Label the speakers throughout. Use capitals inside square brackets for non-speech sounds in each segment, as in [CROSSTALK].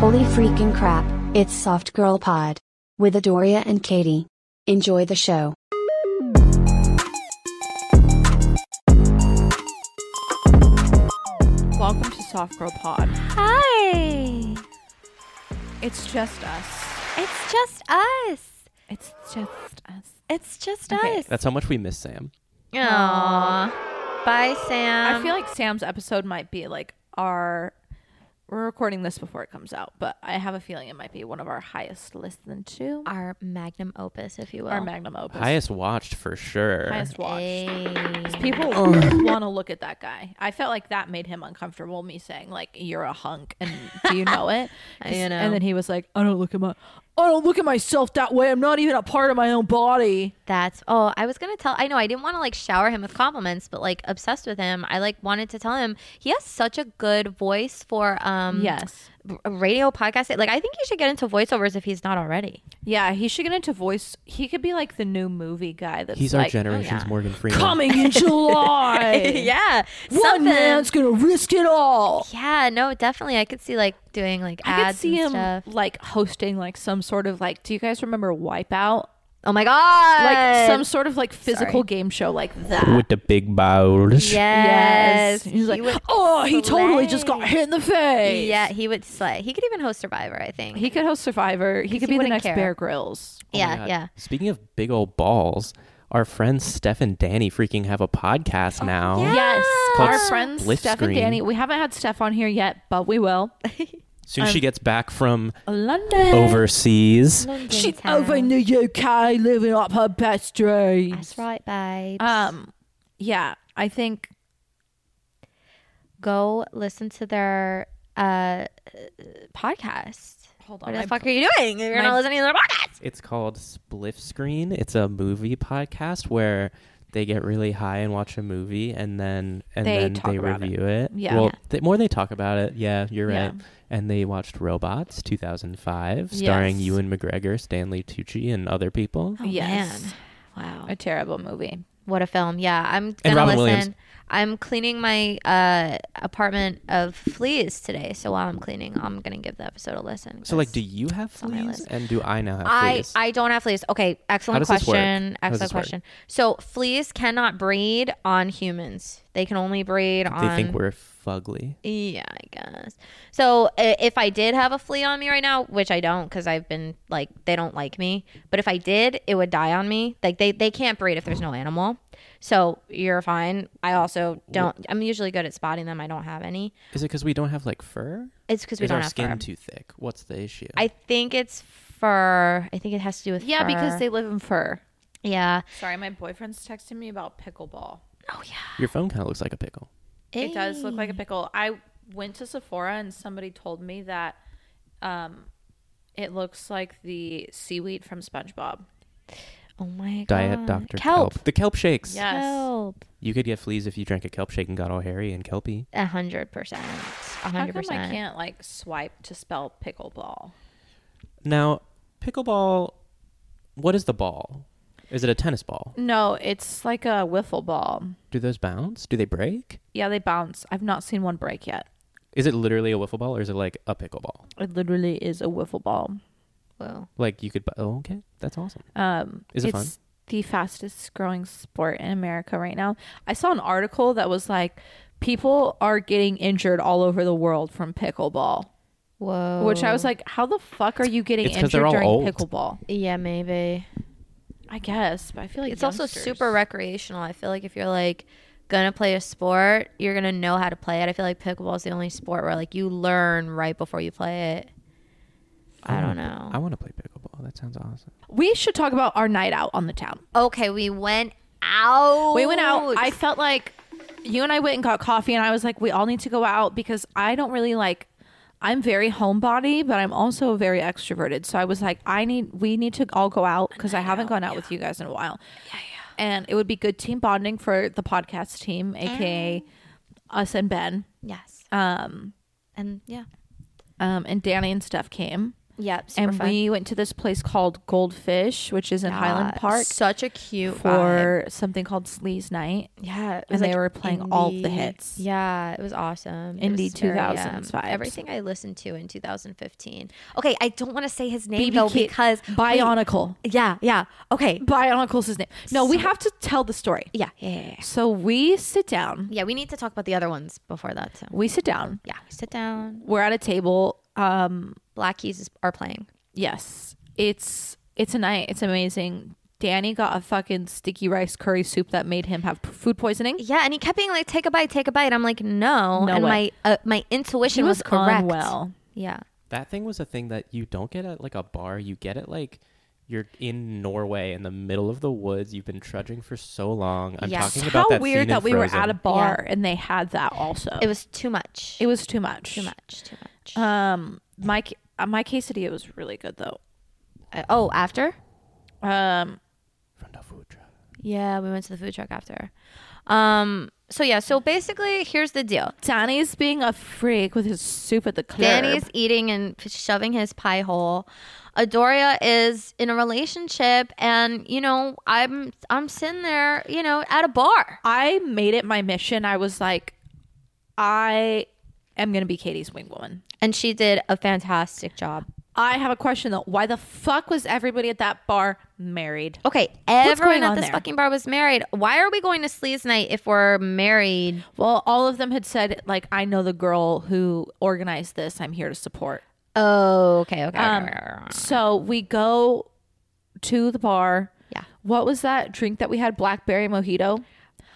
Speaker 1: Holy freaking crap, it's Soft Girl Pod. With Adoria and Katie. Enjoy the show.
Speaker 2: Welcome to Soft Girl Pod.
Speaker 3: Hi!
Speaker 2: It's just us.
Speaker 3: It's just us.
Speaker 2: It's just us.
Speaker 3: It's just
Speaker 2: Okay,
Speaker 3: us.
Speaker 4: That's how much we miss Sam.
Speaker 3: Aww. Bye, Sam.
Speaker 2: I feel like Sam's episode might be like our. We're recording this before it comes out, but I have a feeling it might be one of our highest listened to,
Speaker 3: our magnum opus, if you will.
Speaker 2: our magnum opus,
Speaker 4: Highest watched for sure.
Speaker 2: highest watch.
Speaker 3: Hey.
Speaker 2: People want to look at that guy. I felt like that made him uncomfortable. Me saying like, "You're a hunk," and do you know
Speaker 3: [LAUGHS]
Speaker 2: it?
Speaker 3: You know.
Speaker 2: And then he was like, "I don't look at my, I don't look at myself that way. I'm not even a part of my own body."
Speaker 3: [LAUGHS] That's oh, I was gonna tell. I know I didn't want to like shower him with compliments, but like obsessed with him. I like wanted to tell him he has such a good voice for um
Speaker 2: Yes.
Speaker 3: b- radio podcast. Like I think he should get into voiceovers if he's not already.
Speaker 2: Yeah, he should get into voice. He could be like the new movie guy. That's
Speaker 4: He's
Speaker 2: like, oh,
Speaker 4: our generation's Morgan Freeman.
Speaker 2: coming [LAUGHS] in July. [LAUGHS]
Speaker 3: [LAUGHS] yeah,
Speaker 2: one
Speaker 3: something.
Speaker 2: man's gonna risk it all.
Speaker 3: yeah, no, definitely. I could see like doing like
Speaker 2: I could
Speaker 3: ads
Speaker 2: see
Speaker 3: and
Speaker 2: him
Speaker 3: stuff.
Speaker 2: like hosting like some sort of like. Do you guys remember Wipeout?
Speaker 3: Oh my god!
Speaker 2: Like some sort of like physical game show like that.
Speaker 4: With the big bowls.
Speaker 3: Yes.
Speaker 2: He's like,
Speaker 3: would
Speaker 2: oh, he totally just got
Speaker 3: slay."
Speaker 2: hit in the face.
Speaker 3: Yeah, he would slay. He could even host Survivor, I think.
Speaker 2: He could host Survivor. He could be
Speaker 3: he
Speaker 2: the
Speaker 3: wouldn't
Speaker 2: next
Speaker 3: care.
Speaker 2: Bear Grylls.
Speaker 4: Oh my
Speaker 3: yeah,
Speaker 4: God.
Speaker 3: yeah.
Speaker 4: Speaking of big old balls, our friends Steph and Danny freaking have a podcast now.
Speaker 3: yeah.
Speaker 2: Yes,
Speaker 4: Called
Speaker 2: our friends
Speaker 4: Split
Speaker 2: Steph
Speaker 4: Screen.
Speaker 2: and Danny. We haven't had Steph on here yet, but we [LAUGHS] will.
Speaker 4: Soon she gets back from
Speaker 2: London.
Speaker 4: overseas.
Speaker 3: London
Speaker 2: She's
Speaker 3: town.
Speaker 2: over in the UK living up her best dreams.
Speaker 3: That's right, babes.
Speaker 2: Um, yeah, I think
Speaker 3: Go listen to their uh, podcast.
Speaker 2: Hold
Speaker 3: What
Speaker 2: on,
Speaker 3: the
Speaker 2: my
Speaker 3: fuck are you doing? You're
Speaker 2: my-
Speaker 3: not listening to their podcast.
Speaker 4: It's called Spliff Screen. It's a movie podcast where they get really high and watch a movie and then and
Speaker 2: They
Speaker 4: then
Speaker 2: talk
Speaker 4: they
Speaker 2: about it.
Speaker 4: review it.
Speaker 2: Yeah.
Speaker 4: Well,
Speaker 2: Yeah.
Speaker 4: the more they talk about it, yeah, you're
Speaker 2: Yeah.
Speaker 4: right. And they watched Robots 2005 starring
Speaker 2: Yes.
Speaker 4: Ewan McGregor, Stanley Tucci and other people.
Speaker 3: Oh,
Speaker 2: Yes.
Speaker 3: man. Wow.
Speaker 2: a terrible movie.
Speaker 3: What a film. Yeah, I'm
Speaker 4: And
Speaker 3: gonna
Speaker 4: Robin
Speaker 3: listen.
Speaker 4: Williams.
Speaker 3: I'm cleaning my uh, apartment of fleas today, so while I'm cleaning, I'm gonna give the episode a listen.
Speaker 4: So like
Speaker 3: 'cause-
Speaker 4: do you have
Speaker 3: on my
Speaker 4: fleas
Speaker 3: list.
Speaker 4: and do I now have
Speaker 3: I,
Speaker 4: fleas?
Speaker 3: I don't have fleas. Okay, excellent
Speaker 4: does this work?
Speaker 3: question.
Speaker 4: How
Speaker 3: Excellent
Speaker 4: does this work?
Speaker 3: question. So fleas cannot breed on humans. They can only breed on.
Speaker 4: they think we're fugly.
Speaker 3: Yeah, I guess. So i- if I did have a flea on me right now, which I don't, because I've been like they don't like me. But if I did, it would die on me. Like they they can't breed if there's no animal. So you're fine. I also don't. I'm usually good at spotting them. I don't have any.
Speaker 4: Is it because we don't have like fur?
Speaker 3: It's because we
Speaker 4: Is
Speaker 3: don't
Speaker 4: our
Speaker 3: have
Speaker 4: skin
Speaker 3: fur.
Speaker 4: too thick? What's the issue?
Speaker 3: I think it's fur. I think it has to do with
Speaker 2: Yeah, because
Speaker 3: fur.
Speaker 2: they live in fur.
Speaker 3: yeah.
Speaker 2: Sorry, my boyfriend's texting me about pickleball.
Speaker 3: Oh yeah.
Speaker 4: Your phone kind of looks like a pickle.
Speaker 2: It does look
Speaker 3: Hey.
Speaker 2: like a pickle. I went to Sephora and somebody told me that um, it looks like the seaweed from SpongeBob.
Speaker 3: Oh my god.
Speaker 4: Diet Dr.
Speaker 3: Kelp.
Speaker 4: The kelp shakes.
Speaker 2: Yeah. Yes.
Speaker 3: Kelp.
Speaker 4: You could get fleas if you drank a kelp shake and got all hairy and kelpy.
Speaker 3: A hundred percent. A
Speaker 2: How
Speaker 3: hundred
Speaker 2: come I
Speaker 3: percent.
Speaker 2: can't like swipe to spell pickleball?
Speaker 4: Now, pickleball, what is the ball? Is it a tennis ball?
Speaker 2: No, it's like a wiffle ball.
Speaker 4: Do those bounce? Do they break?
Speaker 2: Yeah, they bounce. I've not seen one break yet.
Speaker 4: Is it literally a wiffle ball or is it like a pickleball?
Speaker 2: It literally is a wiffle ball.
Speaker 3: Whoa.
Speaker 4: Like you could, bu- oh, okay. That's awesome.
Speaker 2: Um,
Speaker 4: Is it
Speaker 2: it's
Speaker 4: fun?
Speaker 2: The fastest growing sport in America right now. I saw an article that was like, people are getting injured all over the world from pickleball.
Speaker 3: Whoa.
Speaker 2: Which I was like, how the fuck are you getting
Speaker 4: It's 'cause they're
Speaker 2: injured
Speaker 4: all
Speaker 2: during
Speaker 4: old.
Speaker 2: pickleball?
Speaker 3: Yeah, maybe.
Speaker 2: I guess, but I feel like
Speaker 3: it's also
Speaker 2: youngsters-
Speaker 3: super recreational. I feel like if you're like gonna play a sport, you're gonna know how to play it. I feel like pickleball is the only sport where like you learn right before you play it. I don't know.
Speaker 4: I want to play pickleball. That sounds awesome.
Speaker 2: We should talk about our night out on the town.
Speaker 3: Okay, we went out.
Speaker 2: We went out. I felt like you and I went and got coffee, and I was like, we all need to go out because I don't really like. I'm very homebody, but I'm also very extroverted. So I was like, I need, we need to all go out because I haven't gone out with you guys in a while. Yeah, yeah. And it would be good team bonding for the podcast team,
Speaker 3: Mm.
Speaker 2: aka us and Ben.
Speaker 3: yes.
Speaker 2: Um,
Speaker 3: And yeah.
Speaker 2: um, and Danny and Steph came.
Speaker 3: Yep. Super
Speaker 2: and
Speaker 3: fun.
Speaker 2: we went to this place called Goldfish, which is in Highland
Speaker 3: Yeah,
Speaker 2: Park,
Speaker 3: Such a cute
Speaker 2: for something called Sleaze Night.
Speaker 3: vibe. yeah, it
Speaker 2: and they were playing all of the
Speaker 3: indie-
Speaker 2: hits.
Speaker 3: Yeah, it was awesome. It
Speaker 2: Indie
Speaker 3: was very, um,
Speaker 2: 2000s vibes.
Speaker 3: Everything I listened to in 2015. Okay, I don't want to say his name
Speaker 2: BB
Speaker 3: though
Speaker 2: King-
Speaker 3: because
Speaker 2: Bionicle.
Speaker 3: yeah, yeah. Okay,
Speaker 2: Bionicle's his name. No, we
Speaker 3: So-
Speaker 2: have to tell the story.
Speaker 3: yeah, yeah, yeah, yeah.
Speaker 2: So we sit down.
Speaker 3: Yeah, we need to talk about the other ones before that. So
Speaker 2: We sit down.
Speaker 3: yeah, sit down.
Speaker 2: We're at a table. Um,
Speaker 3: Black Keys is, are playing.
Speaker 2: yes, it's it's a night. It's amazing. Danny got a fucking sticky rice curry soup that made him have p- food poisoning.
Speaker 3: Yeah, and he kept being like, "Take a bite, take a bite." I'm like, "No,"
Speaker 2: No
Speaker 3: and
Speaker 2: way.
Speaker 3: my uh, my intuition
Speaker 2: She was,
Speaker 3: was, correct.
Speaker 2: unwell.
Speaker 3: Yeah,
Speaker 4: That thing was a thing that you don't get at like a bar. You get it like you're in Norway in the middle of the woods. You've been trudging for so long. I'm
Speaker 3: Yes.
Speaker 4: talking
Speaker 2: How
Speaker 4: about that scene in
Speaker 2: weird that we were at a
Speaker 4: Frozen.
Speaker 2: bar and they had that also.
Speaker 3: it was too much.
Speaker 2: it was too much.
Speaker 3: too much. Too much.
Speaker 2: Um, my ca- uh, my quesadilla was really good though.
Speaker 3: Uh, oh, after.
Speaker 2: Um,
Speaker 4: From the food truck.
Speaker 3: Yeah, we went to the food truck after. Um. So yeah. So basically, here's the deal.
Speaker 2: Danny's being a freak with his soup at the curb.
Speaker 3: Danny's eating and f- shoving his pie hole. Adoria is in a relationship, and you know, I'm I'm sitting there, you know, at a bar.
Speaker 2: I made it my mission. I was like, I am gonna be Katie's wing woman.
Speaker 3: And she did a fantastic job.
Speaker 2: I have a question though. Why the fuck was everybody at that bar married?
Speaker 3: Okay,
Speaker 2: going
Speaker 3: everyone at
Speaker 2: on
Speaker 3: this
Speaker 2: there?
Speaker 3: fucking bar was married. Why are we going to sleaze night if we're married?
Speaker 2: Well, all of them had said like, I know the girl who organized this. I'm here to support.
Speaker 3: Oh, okay, okay.
Speaker 2: Um, so we go to the bar.
Speaker 3: Yeah.
Speaker 2: What was that drink that we had? Blackberry mojito.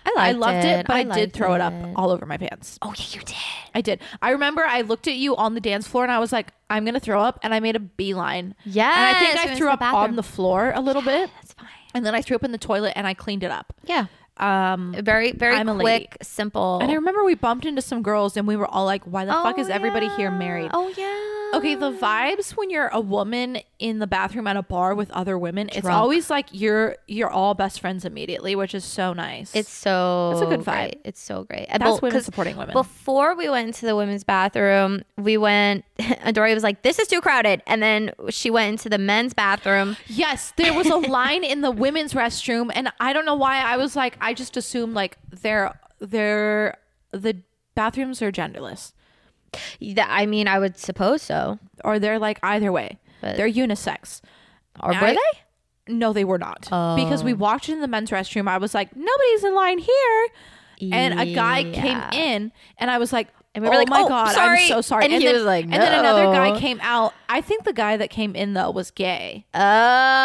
Speaker 3: I
Speaker 2: I loved it, but I, did
Speaker 3: liked
Speaker 2: throw it up
Speaker 3: it.
Speaker 2: all over my pants.
Speaker 3: Oh yeah, you did.
Speaker 2: I did. I remember I looked at you on the dance floor and I was like, I'm gonna throw up, and I made a beeline.
Speaker 3: Yes,
Speaker 2: and I think
Speaker 3: we went
Speaker 2: I
Speaker 3: to
Speaker 2: threw
Speaker 3: the
Speaker 2: up on
Speaker 3: bathroom.
Speaker 2: the floor a little bit,
Speaker 3: That's fine.
Speaker 2: and then I threw up in the toilet and I cleaned it up.
Speaker 3: Yeah.
Speaker 2: Um,
Speaker 3: Very, very
Speaker 2: I'm a
Speaker 3: quick,
Speaker 2: lady.
Speaker 3: simple.
Speaker 2: and I remember we bupped into some girls and we were all like, "Why the fuck
Speaker 3: Oh,
Speaker 2: is everybody here
Speaker 3: yeah.
Speaker 2: married?"
Speaker 3: Oh yeah.
Speaker 2: Okay, the vibes when you're a woman in the bathroom at a bar with other women, it's
Speaker 3: Drunk.
Speaker 2: always like you're you're all best friends immediately, which is so nice.
Speaker 3: It's so
Speaker 2: It's a good vibe.
Speaker 3: great. It's so great. And
Speaker 2: That's
Speaker 3: bo-
Speaker 2: women
Speaker 3: 'cause
Speaker 2: supporting women.
Speaker 3: Before we went to the women's bathroom, we went. [LAUGHS] Adoria was like, "This is too crowded," and then she went into the
Speaker 2: [GASPS]
Speaker 3: men's bathroom.
Speaker 2: Yes, there was a line in the women's restroom, and I don't know why I was like, I just assumed like they're they're the bathrooms are genderless,
Speaker 3: That I mean, I would suppose so.
Speaker 2: or they're like either way,
Speaker 3: But-
Speaker 2: they're unisex.
Speaker 3: Or
Speaker 2: I-
Speaker 3: were
Speaker 2: [LAUGHS]
Speaker 3: they?
Speaker 2: No, they were not because
Speaker 3: Oh.
Speaker 2: we walked in the men's restroom. I was like, nobody's in line here, and a guy came
Speaker 3: Yeah.
Speaker 2: in, and I was like.
Speaker 3: And we were
Speaker 2: oh
Speaker 3: like,
Speaker 2: my
Speaker 3: "Oh,
Speaker 2: god,
Speaker 3: sorry."
Speaker 2: I'm so sorry.
Speaker 3: And he
Speaker 2: then,
Speaker 3: was like,
Speaker 2: and then another
Speaker 3: "No."
Speaker 2: guy came out. I think the guy that came in though was gay.
Speaker 3: Oh,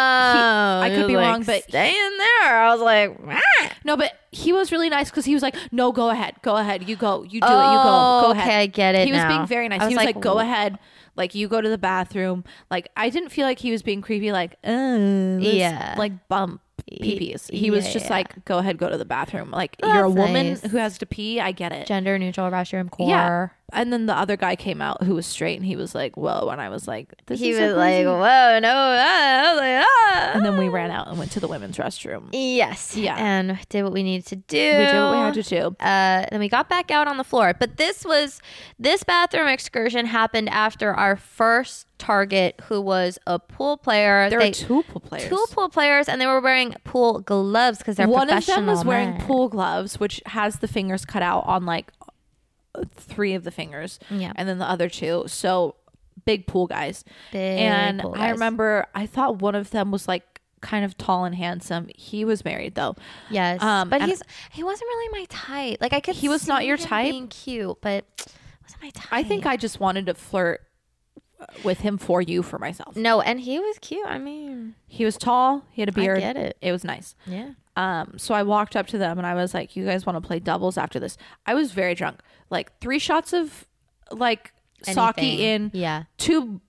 Speaker 3: I
Speaker 2: could be wrong, but-
Speaker 3: Oh, stay in there. I was like, "Ah."
Speaker 2: No, but he was really nice because he was like, "No, go ahead, go ahead, you go, you do it, you
Speaker 3: Oh,
Speaker 2: go, go
Speaker 3: okay,
Speaker 2: ahead."
Speaker 3: I get it
Speaker 2: He was
Speaker 3: now.
Speaker 2: being very nice.
Speaker 3: I
Speaker 2: he
Speaker 3: was
Speaker 2: was
Speaker 3: like,
Speaker 2: like, "Go ahead, like you go to the bathroom." Like I didn't feel like he was being creepy. Like, uh,
Speaker 3: Yeah.
Speaker 2: yeah, like bump peepees. He was
Speaker 3: yeah,
Speaker 2: just
Speaker 3: yeah.
Speaker 2: like, "Go ahead, go to the bathroom." Like
Speaker 3: Well,
Speaker 2: you're a
Speaker 3: that's
Speaker 2: woman
Speaker 3: nice.
Speaker 2: who has to pee. I get it.
Speaker 3: gender neutral restroom core.
Speaker 2: yeah. And then the other guy came out who was straight, and he was like, "Whoa!" And I was like, "This
Speaker 3: He
Speaker 2: is
Speaker 3: was
Speaker 2: so
Speaker 3: like,
Speaker 2: crazy."
Speaker 3: "Whoa, no!" ah." I was like, ah.
Speaker 2: And then we ran out and went to the women's restroom.
Speaker 3: Yes.
Speaker 2: Yeah.
Speaker 3: And did what we needed to do.
Speaker 2: We did what we had to do.
Speaker 3: Uh, then we got back out on the floor. But this was this bathroom excursion happened after our first target, who was a pool player.
Speaker 2: There
Speaker 3: They-
Speaker 2: were two pool players.
Speaker 3: two pool players, and they were wearing pool gloves because they're
Speaker 2: one of
Speaker 3: professional.
Speaker 2: them was wearing
Speaker 3: men.
Speaker 2: pool gloves which has the fingers cut out on like three of the fingers
Speaker 3: Yeah.
Speaker 2: and then the other two so big pool guys
Speaker 3: Big
Speaker 2: and
Speaker 3: pool
Speaker 2: i
Speaker 3: guys.
Speaker 2: remember i thought one of them was like kind of tall and handsome he was married though
Speaker 3: Yes,
Speaker 2: Um,
Speaker 3: but
Speaker 2: and-
Speaker 3: he's he wasn't really my type. Like I could.
Speaker 2: He was not
Speaker 3: see
Speaker 2: your
Speaker 3: him
Speaker 2: type?
Speaker 3: Being cute, but [SNIFFS] wasn't my type.
Speaker 2: i think i just wanted to flirt with him for you for myself
Speaker 3: no, and he was cute. I mean,
Speaker 2: he was tall he had a beard
Speaker 3: get it.
Speaker 2: was nice
Speaker 3: yeah.
Speaker 2: um so i walked up to them and i was like you guys want to play doubles after this i was very drunk like three shots of like sake
Speaker 3: Anything.
Speaker 2: in
Speaker 3: Yeah.
Speaker 2: two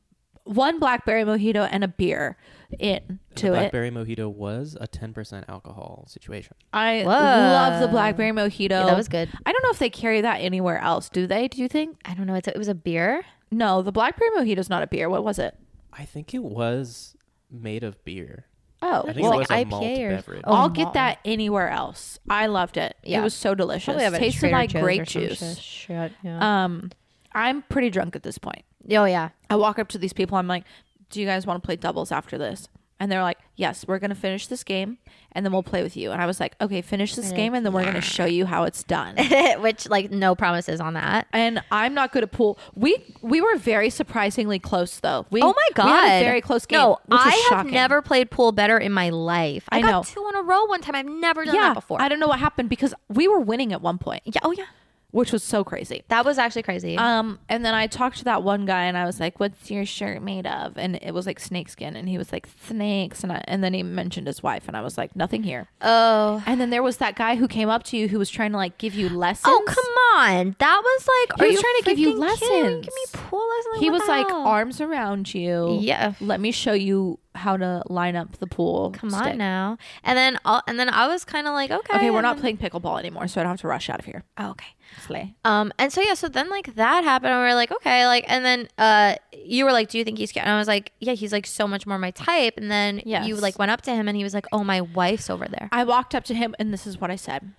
Speaker 2: one blackberry mojito and a beer in
Speaker 4: the
Speaker 2: to it.
Speaker 4: Blackberry mojito was a 10% alcohol situation.
Speaker 2: I
Speaker 3: Whoa.
Speaker 2: love the blackberry mojito.
Speaker 3: Yeah, that was good.
Speaker 2: I don't know if they carry that anywhere else. Do they? Do you think?
Speaker 3: I don't know. It's a, it was a beer.
Speaker 2: No, the blackberry mojito's not a beer. What was it?
Speaker 4: I think it was made of beer.
Speaker 2: Oh,
Speaker 4: I think
Speaker 2: well,
Speaker 4: it was a
Speaker 3: like
Speaker 4: malt
Speaker 3: IPA or-
Speaker 4: beverage.
Speaker 3: oh.
Speaker 2: I'll get
Speaker 3: malt.
Speaker 2: that anywhere else. I loved it.
Speaker 3: Yeah.
Speaker 2: It was so delicious. Tasted like grape juice.
Speaker 3: Shit, yeah.
Speaker 2: Um, I'm pretty drunk at this point.
Speaker 3: Um, oh yeah. [LAUGHS]
Speaker 2: I walk up to these people. I'm like, do you guys want to play doubles after this? And they're like, yes, we're going to finish this game and then we'll play with you. And I was like, okay, finish this game and then we're going to show you how it's done.
Speaker 3: [LAUGHS] Which like no promises on that.
Speaker 2: and I'm not good at pool. We we were very surprisingly close though. We
Speaker 3: Oh my god!
Speaker 2: we had a very close game.
Speaker 3: No,
Speaker 2: which
Speaker 3: I
Speaker 2: is
Speaker 3: have
Speaker 2: shocking.
Speaker 3: never played pool better in my life. I,
Speaker 2: I
Speaker 3: got
Speaker 2: know.
Speaker 3: two in a row one time. I've never done
Speaker 2: yeah
Speaker 3: that before.
Speaker 2: I don't know what happened because we were winning at one point,
Speaker 3: yeah. Oh yeah.
Speaker 2: which was so crazy.
Speaker 3: That was actually crazy.
Speaker 2: Um, and then I talked to that one guy, and I was like, "What's your shirt made of?" And it was like snakeskin, and he was like, "Snakes." And I, and then he mentioned his wife, and I was like, "Nothing here."
Speaker 3: oh.
Speaker 2: And then there was that guy who came up to you who was trying to like give you lessons.
Speaker 3: Oh come on! That was like.
Speaker 2: He
Speaker 3: are
Speaker 2: was
Speaker 3: you
Speaker 2: trying to give you
Speaker 3: freaking kidding me?
Speaker 2: lessons.
Speaker 3: Give me pool lessons. Like,
Speaker 2: He
Speaker 3: what
Speaker 2: was
Speaker 3: the
Speaker 2: like
Speaker 3: hell?
Speaker 2: arms around you.
Speaker 3: Yeah.
Speaker 2: Let me show you how to line up the pool.
Speaker 3: Come
Speaker 2: stick."
Speaker 3: on now. And then i and then I was kind of like, okay.
Speaker 2: Okay, we're
Speaker 3: and
Speaker 2: not playing
Speaker 3: then-
Speaker 2: pickleball anymore, so I don't have to rush out of here.
Speaker 3: Oh, okay.
Speaker 2: Slay.
Speaker 3: Um, and so yeah, so then like that happened, and we were like, okay, like, and then uh, you were like, do you think he's cute? And I was like, yeah, he's like so much more my type. And then you
Speaker 2: Yes.
Speaker 3: like went up to him, and he was like, oh, my wife's over there.
Speaker 2: I walked up to him and this is what I said.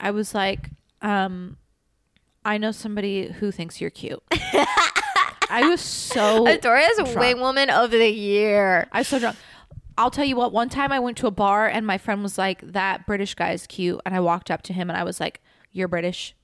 Speaker 2: I was like, um, I know somebody who thinks you're cute. I was
Speaker 3: [LAUGHS]
Speaker 2: so
Speaker 3: Adora's
Speaker 2: drunk.
Speaker 3: wingwoman of the year. [LAUGHS]
Speaker 2: I was so drunk. I'll tell you what, one time I went to a bar and my friend was like, That British guy is cute and I walked up to him and I was like, You're British.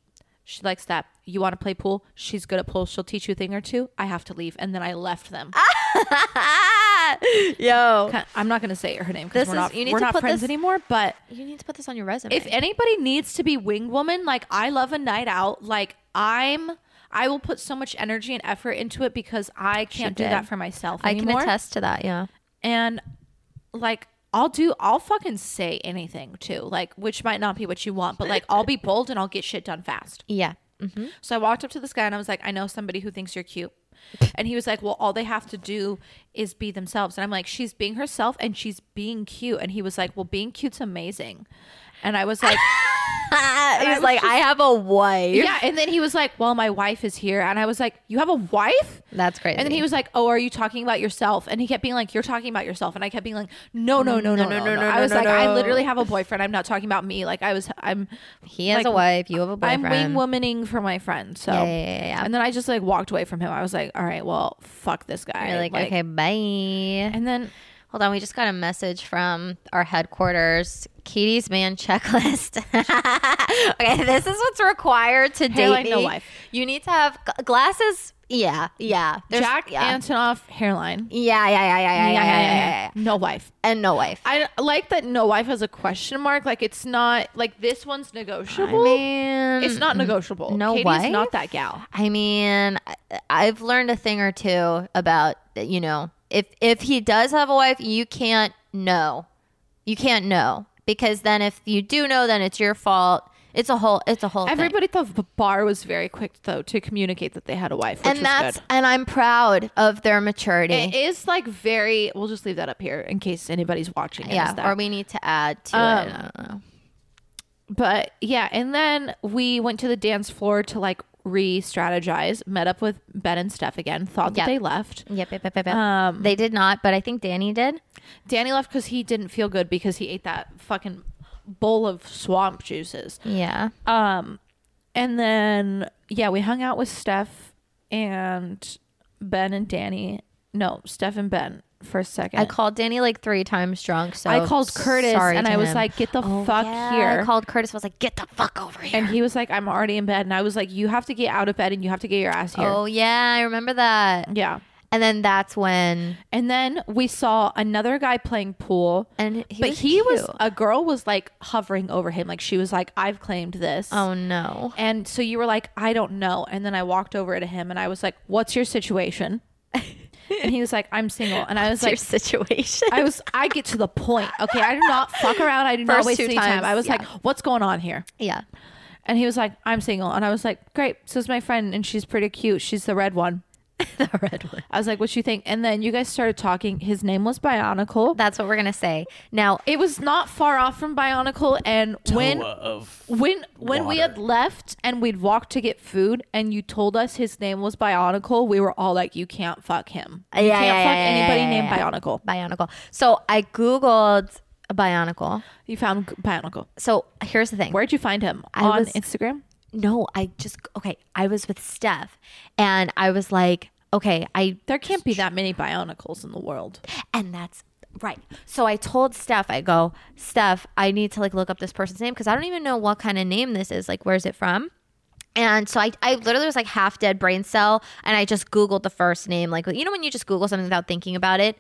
Speaker 2: She likes that. You want to play pool? She's good at pool. She'll teach you a thing or two. I have to leave. And then I left them.
Speaker 3: Ah. Yo,
Speaker 2: I'm not going to say her name because
Speaker 3: This
Speaker 2: we're
Speaker 3: is-
Speaker 2: not,
Speaker 3: you need
Speaker 2: we're
Speaker 3: to
Speaker 2: not
Speaker 3: put
Speaker 2: friends
Speaker 3: this-
Speaker 2: anymore. But
Speaker 3: you need to put this on your resume.
Speaker 2: if anybody needs to be wing woman like i love a night out like i'm i will put so much energy and effort into it because i can't do
Speaker 3: did.
Speaker 2: that for myself
Speaker 3: I can
Speaker 2: anymore
Speaker 3: attest to that. Yeah.
Speaker 2: and like i'll do i'll fucking say anything too like which might not be what you want but like i'll be bold and i'll get shit done fast
Speaker 3: Yeah.
Speaker 2: so I walked up to this guy and I was like, I know somebody who thinks you're cute. And he was like, Well, all they have to do is be themselves. And I'm like, She's being herself and she's being cute. And he was like, Well, being cute's amazing. And I was like,
Speaker 3: [LAUGHS] he was
Speaker 2: was
Speaker 3: like, I have a wife.
Speaker 2: Yeah. And then he was like, Well, my wife is here. And I was like, You have a wife?
Speaker 3: That's crazy.
Speaker 2: And then he was like, "Oh, are you talking about yourself?" And he kept being like, "You're talking about yourself." And I kept being like, "No, no, no, no, no, no." no. I was
Speaker 3: no,
Speaker 2: like, "I
Speaker 3: no."
Speaker 2: literally have a boyfriend. I'm not talking about me. Like, I was, I'm,
Speaker 3: He has
Speaker 2: like,
Speaker 3: a wife. You have a boyfriend.
Speaker 2: I'm wing womaning for my friend. So
Speaker 3: Yeah, yeah, yeah, yeah.
Speaker 2: And then I just like walked away from him. I was like, all right, well, fuck this guy.
Speaker 3: You're like, okay, bye.
Speaker 2: And then
Speaker 3: Hold on, we just got a message from our headquarters. Katie's man checklist. [LAUGHS] okay, this is what's required to
Speaker 2: Hairline,
Speaker 3: date
Speaker 2: no
Speaker 3: me.
Speaker 2: life.
Speaker 3: You need to have g- glasses. Yeah, yeah. There's-
Speaker 2: Jack
Speaker 3: yeah.
Speaker 2: Antonoff hairline.
Speaker 3: yeah, yeah, yeah, yeah, yeah, yeah, yeah, yeah, yeah, yeah.
Speaker 2: No wife.
Speaker 3: and no wife.
Speaker 2: I like that no wife has a question mark. Like it's not like this one's negotiable.
Speaker 3: mean, mm,
Speaker 2: it's not negotiable.
Speaker 3: no
Speaker 2: Katie's
Speaker 3: wife?
Speaker 2: not that gal.
Speaker 3: I mean, I- I've learned a thing or two about you know if if he does have a wife, you can't know, you can't know because then if you do know, then it's your fault. It's a whole. It's a whole. thing.
Speaker 2: Everybody at the bar was very quick though to communicate that they had a wife, which
Speaker 3: and
Speaker 2: was
Speaker 3: that's
Speaker 2: good.
Speaker 3: and I'm proud of their maturity.
Speaker 2: It is like very. We'll just leave that up here in case anybody's watching. and is that.
Speaker 3: yeah, or we need to add to
Speaker 2: Um,
Speaker 3: it. I don't know.
Speaker 2: but yeah and then we went to the dance floor to like re-strategize met up with ben and steph again thought
Speaker 3: Yep.
Speaker 2: that they left
Speaker 3: Yep, yep, yep, yep. yep.
Speaker 2: um,
Speaker 3: they did not, but I think Danny did.
Speaker 2: danny left because he didn't feel good because he ate that fucking bowl of swamp juices
Speaker 3: Yeah,
Speaker 2: um and then yeah we hung out with steph and ben and danny no steph and ben for a second
Speaker 3: I called Danny like three times drunk. So
Speaker 2: Um, I called Curtis
Speaker 3: sorry
Speaker 2: and
Speaker 3: to
Speaker 2: I was
Speaker 3: him.
Speaker 2: like, get the
Speaker 3: Oh,
Speaker 2: fuck
Speaker 3: yeah,
Speaker 2: here.
Speaker 3: I called Curtis. I was like, get the fuck over here.
Speaker 2: and he was like, I'm already in bed. And I was like, you have to get out of bed and you have to get your ass here.
Speaker 3: Oh yeah, I remember that.
Speaker 2: Yeah.
Speaker 3: And then that's when
Speaker 2: And then we saw another guy playing pool.
Speaker 3: and he
Speaker 2: but
Speaker 3: was
Speaker 2: he was
Speaker 3: cute.
Speaker 2: a girl was like hovering over him. Like she was like, I've claimed this.
Speaker 3: oh no.
Speaker 2: And so you were like, I don't know. And then I walked over to him and I was like, What's your situation? and he was like, I'm single. And I was
Speaker 3: [LAUGHS] Your
Speaker 2: like,
Speaker 3: situation.
Speaker 2: I was I get to the point. Okay. I do not fuck around. I do
Speaker 3: First
Speaker 2: not waste
Speaker 3: two
Speaker 2: any
Speaker 3: times,
Speaker 2: time. I was
Speaker 3: yeah.
Speaker 2: like, What's going on here?
Speaker 3: yeah.
Speaker 2: And he was like, I'm single. And I was like, Great. So is my friend and she's pretty cute. She's the red one.
Speaker 3: [LAUGHS] the red one.
Speaker 2: I was like, What you think? And then you guys started talking. His name was Bionicle.
Speaker 3: That's what we're gonna say. Now
Speaker 2: it was not far off from Bionicle, and when when when we had left and we'd walked to get food, and you told us his name was Bionicle, we were all like, "You can't fuck him. You
Speaker 3: Yeah,
Speaker 2: can't
Speaker 3: yeah,
Speaker 2: fuck
Speaker 3: yeah, yeah,
Speaker 2: anybody
Speaker 3: yeah,
Speaker 2: named
Speaker 3: yeah, yeah.
Speaker 2: Bionicle."
Speaker 3: Bionicle. So I googled Bionicle.
Speaker 2: You found Bionicle.
Speaker 3: So here's the thing.
Speaker 2: Where'd you find him
Speaker 3: I
Speaker 2: on
Speaker 3: was-
Speaker 2: Instagram?
Speaker 3: no, I just okay. I was with Steph, and I was like, okay, I
Speaker 2: There can't be that many bionicles in the
Speaker 3: [LAUGHS]
Speaker 2: world.
Speaker 3: and that's right. So I told Steph, I go, Steph, I need to like look up this person's name because I don't even know what kind of name this is. Like, where's it from? And so I, I literally was like half dead brain cell, and I just Googled the first name. Like, you know, when you just Google something without thinking about it,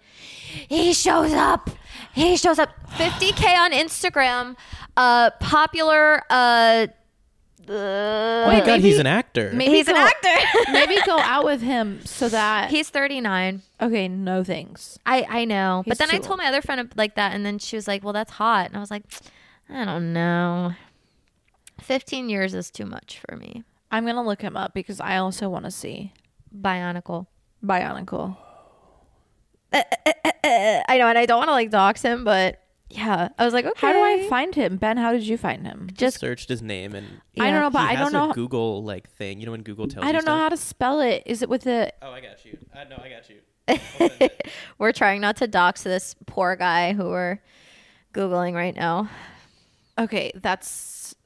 Speaker 3: he shows up. He shows up 50K on Instagram, uh, popular. Uh, uh,
Speaker 4: Oh my god,
Speaker 2: maybe-
Speaker 4: he's an actor.
Speaker 2: Maybe
Speaker 3: he's an
Speaker 2: go-
Speaker 3: actor.
Speaker 2: maybe go out with him so that
Speaker 3: [LAUGHS] He's 39.
Speaker 2: okay, no thanks.
Speaker 3: I I know,
Speaker 2: He's
Speaker 3: but then I
Speaker 2: too
Speaker 3: told my other friend uh, like that, and then she was like, "Well, that's hot," and I was like, "I don't know. Fifteen years is too much for me."
Speaker 2: I'm gonna look him up because I also want to see
Speaker 3: Bionicle.
Speaker 2: bionicle.
Speaker 3: Uh, I know, and I don't want to like dox him, but yeah, I was like, okay.
Speaker 2: How do I find him, Ben? How did you find him?
Speaker 4: just searched his name and
Speaker 2: I
Speaker 3: Yeah.
Speaker 2: don't know, but
Speaker 4: he
Speaker 2: I
Speaker 4: has
Speaker 2: don't know.
Speaker 4: a Google like thing. You know when Google tells
Speaker 2: I
Speaker 4: you
Speaker 2: don't know
Speaker 4: stuff?
Speaker 2: how to spell it. Is it with a?
Speaker 4: Oh, I got you. I know, I got you.
Speaker 3: We're trying not to dox this poor guy who we're googling right now.
Speaker 2: Okay, that's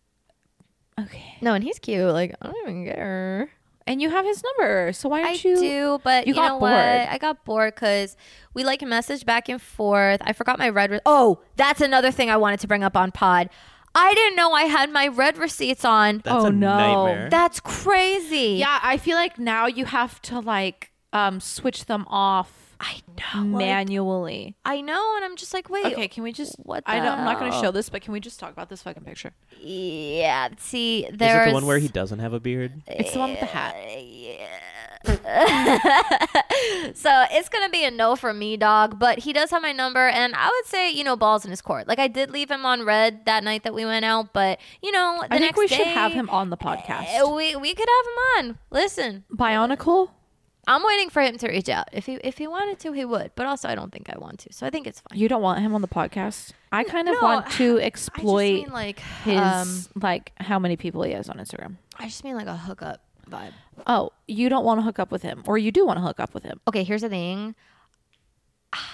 Speaker 2: okay.
Speaker 3: No, and he's cute. Like I don't even care.
Speaker 2: And you have his number, so why
Speaker 3: I
Speaker 2: don't you?
Speaker 3: do, but
Speaker 2: you
Speaker 3: you,
Speaker 2: got
Speaker 3: know
Speaker 2: bored.
Speaker 3: what? I got bored because we like messaged back and forth. I forgot my red. Re- oh, that's another thing I wanted to bring up on pod. I didn't know I had my red receipts on.
Speaker 4: That's
Speaker 2: Oh,
Speaker 4: a
Speaker 2: no.
Speaker 4: nightmare.
Speaker 3: That's crazy.
Speaker 2: Yeah, I feel like now you have to like um switch them off
Speaker 3: I know.
Speaker 2: manually.
Speaker 3: I know, and I'm just like, wait.
Speaker 2: Okay, can we just?
Speaker 3: what
Speaker 2: I
Speaker 3: the
Speaker 2: don't, I'm not going to
Speaker 3: hell?
Speaker 2: show this, but can we just talk about this fucking picture?
Speaker 3: Yeah. See,
Speaker 4: Is
Speaker 3: there's
Speaker 4: it the one where he doesn't have a beard?
Speaker 2: It's the one with the hat.
Speaker 3: Eh, So it's gonna be a no from me, dog. But he does have my number, and I would say you know balls in his court. Like I did leave him on red that night that we went out, but you know the
Speaker 2: I think
Speaker 3: next
Speaker 2: we should
Speaker 3: day,
Speaker 2: have him on the
Speaker 3: eh,
Speaker 2: podcast.
Speaker 3: We we could have him on. Listen,
Speaker 2: Bionicle.
Speaker 3: I'm waiting for him to reach out. If he if he wanted to, he would. But also, I don't think I want to. So I think it's fine.
Speaker 2: You don't want him on the podcast. I kind of
Speaker 3: No,
Speaker 2: want to
Speaker 3: [SIGHS] I
Speaker 2: exploit
Speaker 3: just mean like
Speaker 2: his
Speaker 3: um,
Speaker 2: like how many people he has on Instagram.
Speaker 3: I just mean like a hookup vibe.
Speaker 2: Oh, you don't want to hook up with him, or you do want to hook up with him.
Speaker 3: Okay, here's the thing. [SIGHS] I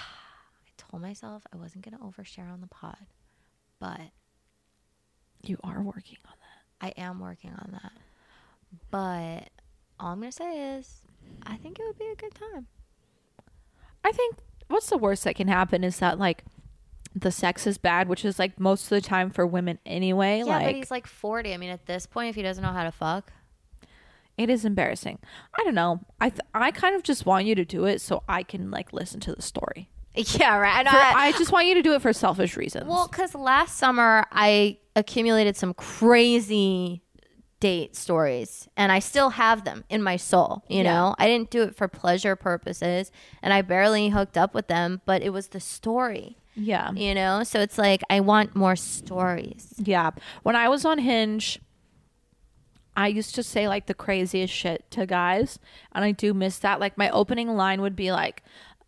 Speaker 3: told myself I wasn't gonna overshare on the pod, but
Speaker 2: You are working on that.
Speaker 3: I am working on that. But all I'm gonna say is, I think it would be a good time.
Speaker 2: I think what's the worst that can happen is that like the sex is bad, which is like most of the time for women anyway.
Speaker 3: yeah, but
Speaker 2: like
Speaker 3: he's like 40. I mean, at this point, if he doesn't know how to fuck,
Speaker 2: it is embarrassing. I don't know. I th- I kind of just want you to do it so I can like listen to the story.
Speaker 3: [LAUGHS] yeah, right. I know.
Speaker 2: For-
Speaker 3: I-
Speaker 2: I just want you to do it for selfish reasons.
Speaker 3: Well, because last summer I accumulated some crazy date stories and I still have them in my soul. You know, I didn't do it for pleasure purposes and I barely hooked up with them, but it was the story,
Speaker 2: yeah.
Speaker 3: you know? So it's like, I want more stories.
Speaker 2: Yeah. When I was on Hinge, I used to say like the craziest shit to guys, and I do miss that. Like my opening line would be like,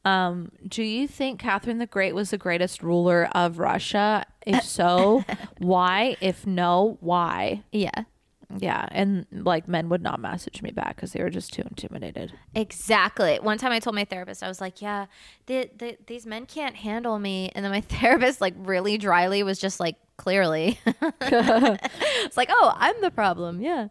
Speaker 2: um, "Do you think Catherine the Great was the greatest ruler of Russia? If so, why? If no, why?"
Speaker 3: Yeah.
Speaker 2: Yeah, and like men would not message me back because they were just too intimidated.
Speaker 3: Exactly. One time I told my therapist, I was like, yeah, the, the, these men can't handle me. And then my [LAUGHS] therapist, like, really dryly was just like, clearly. [LAUGHS] it's like, oh, I'm the problem. Yeah.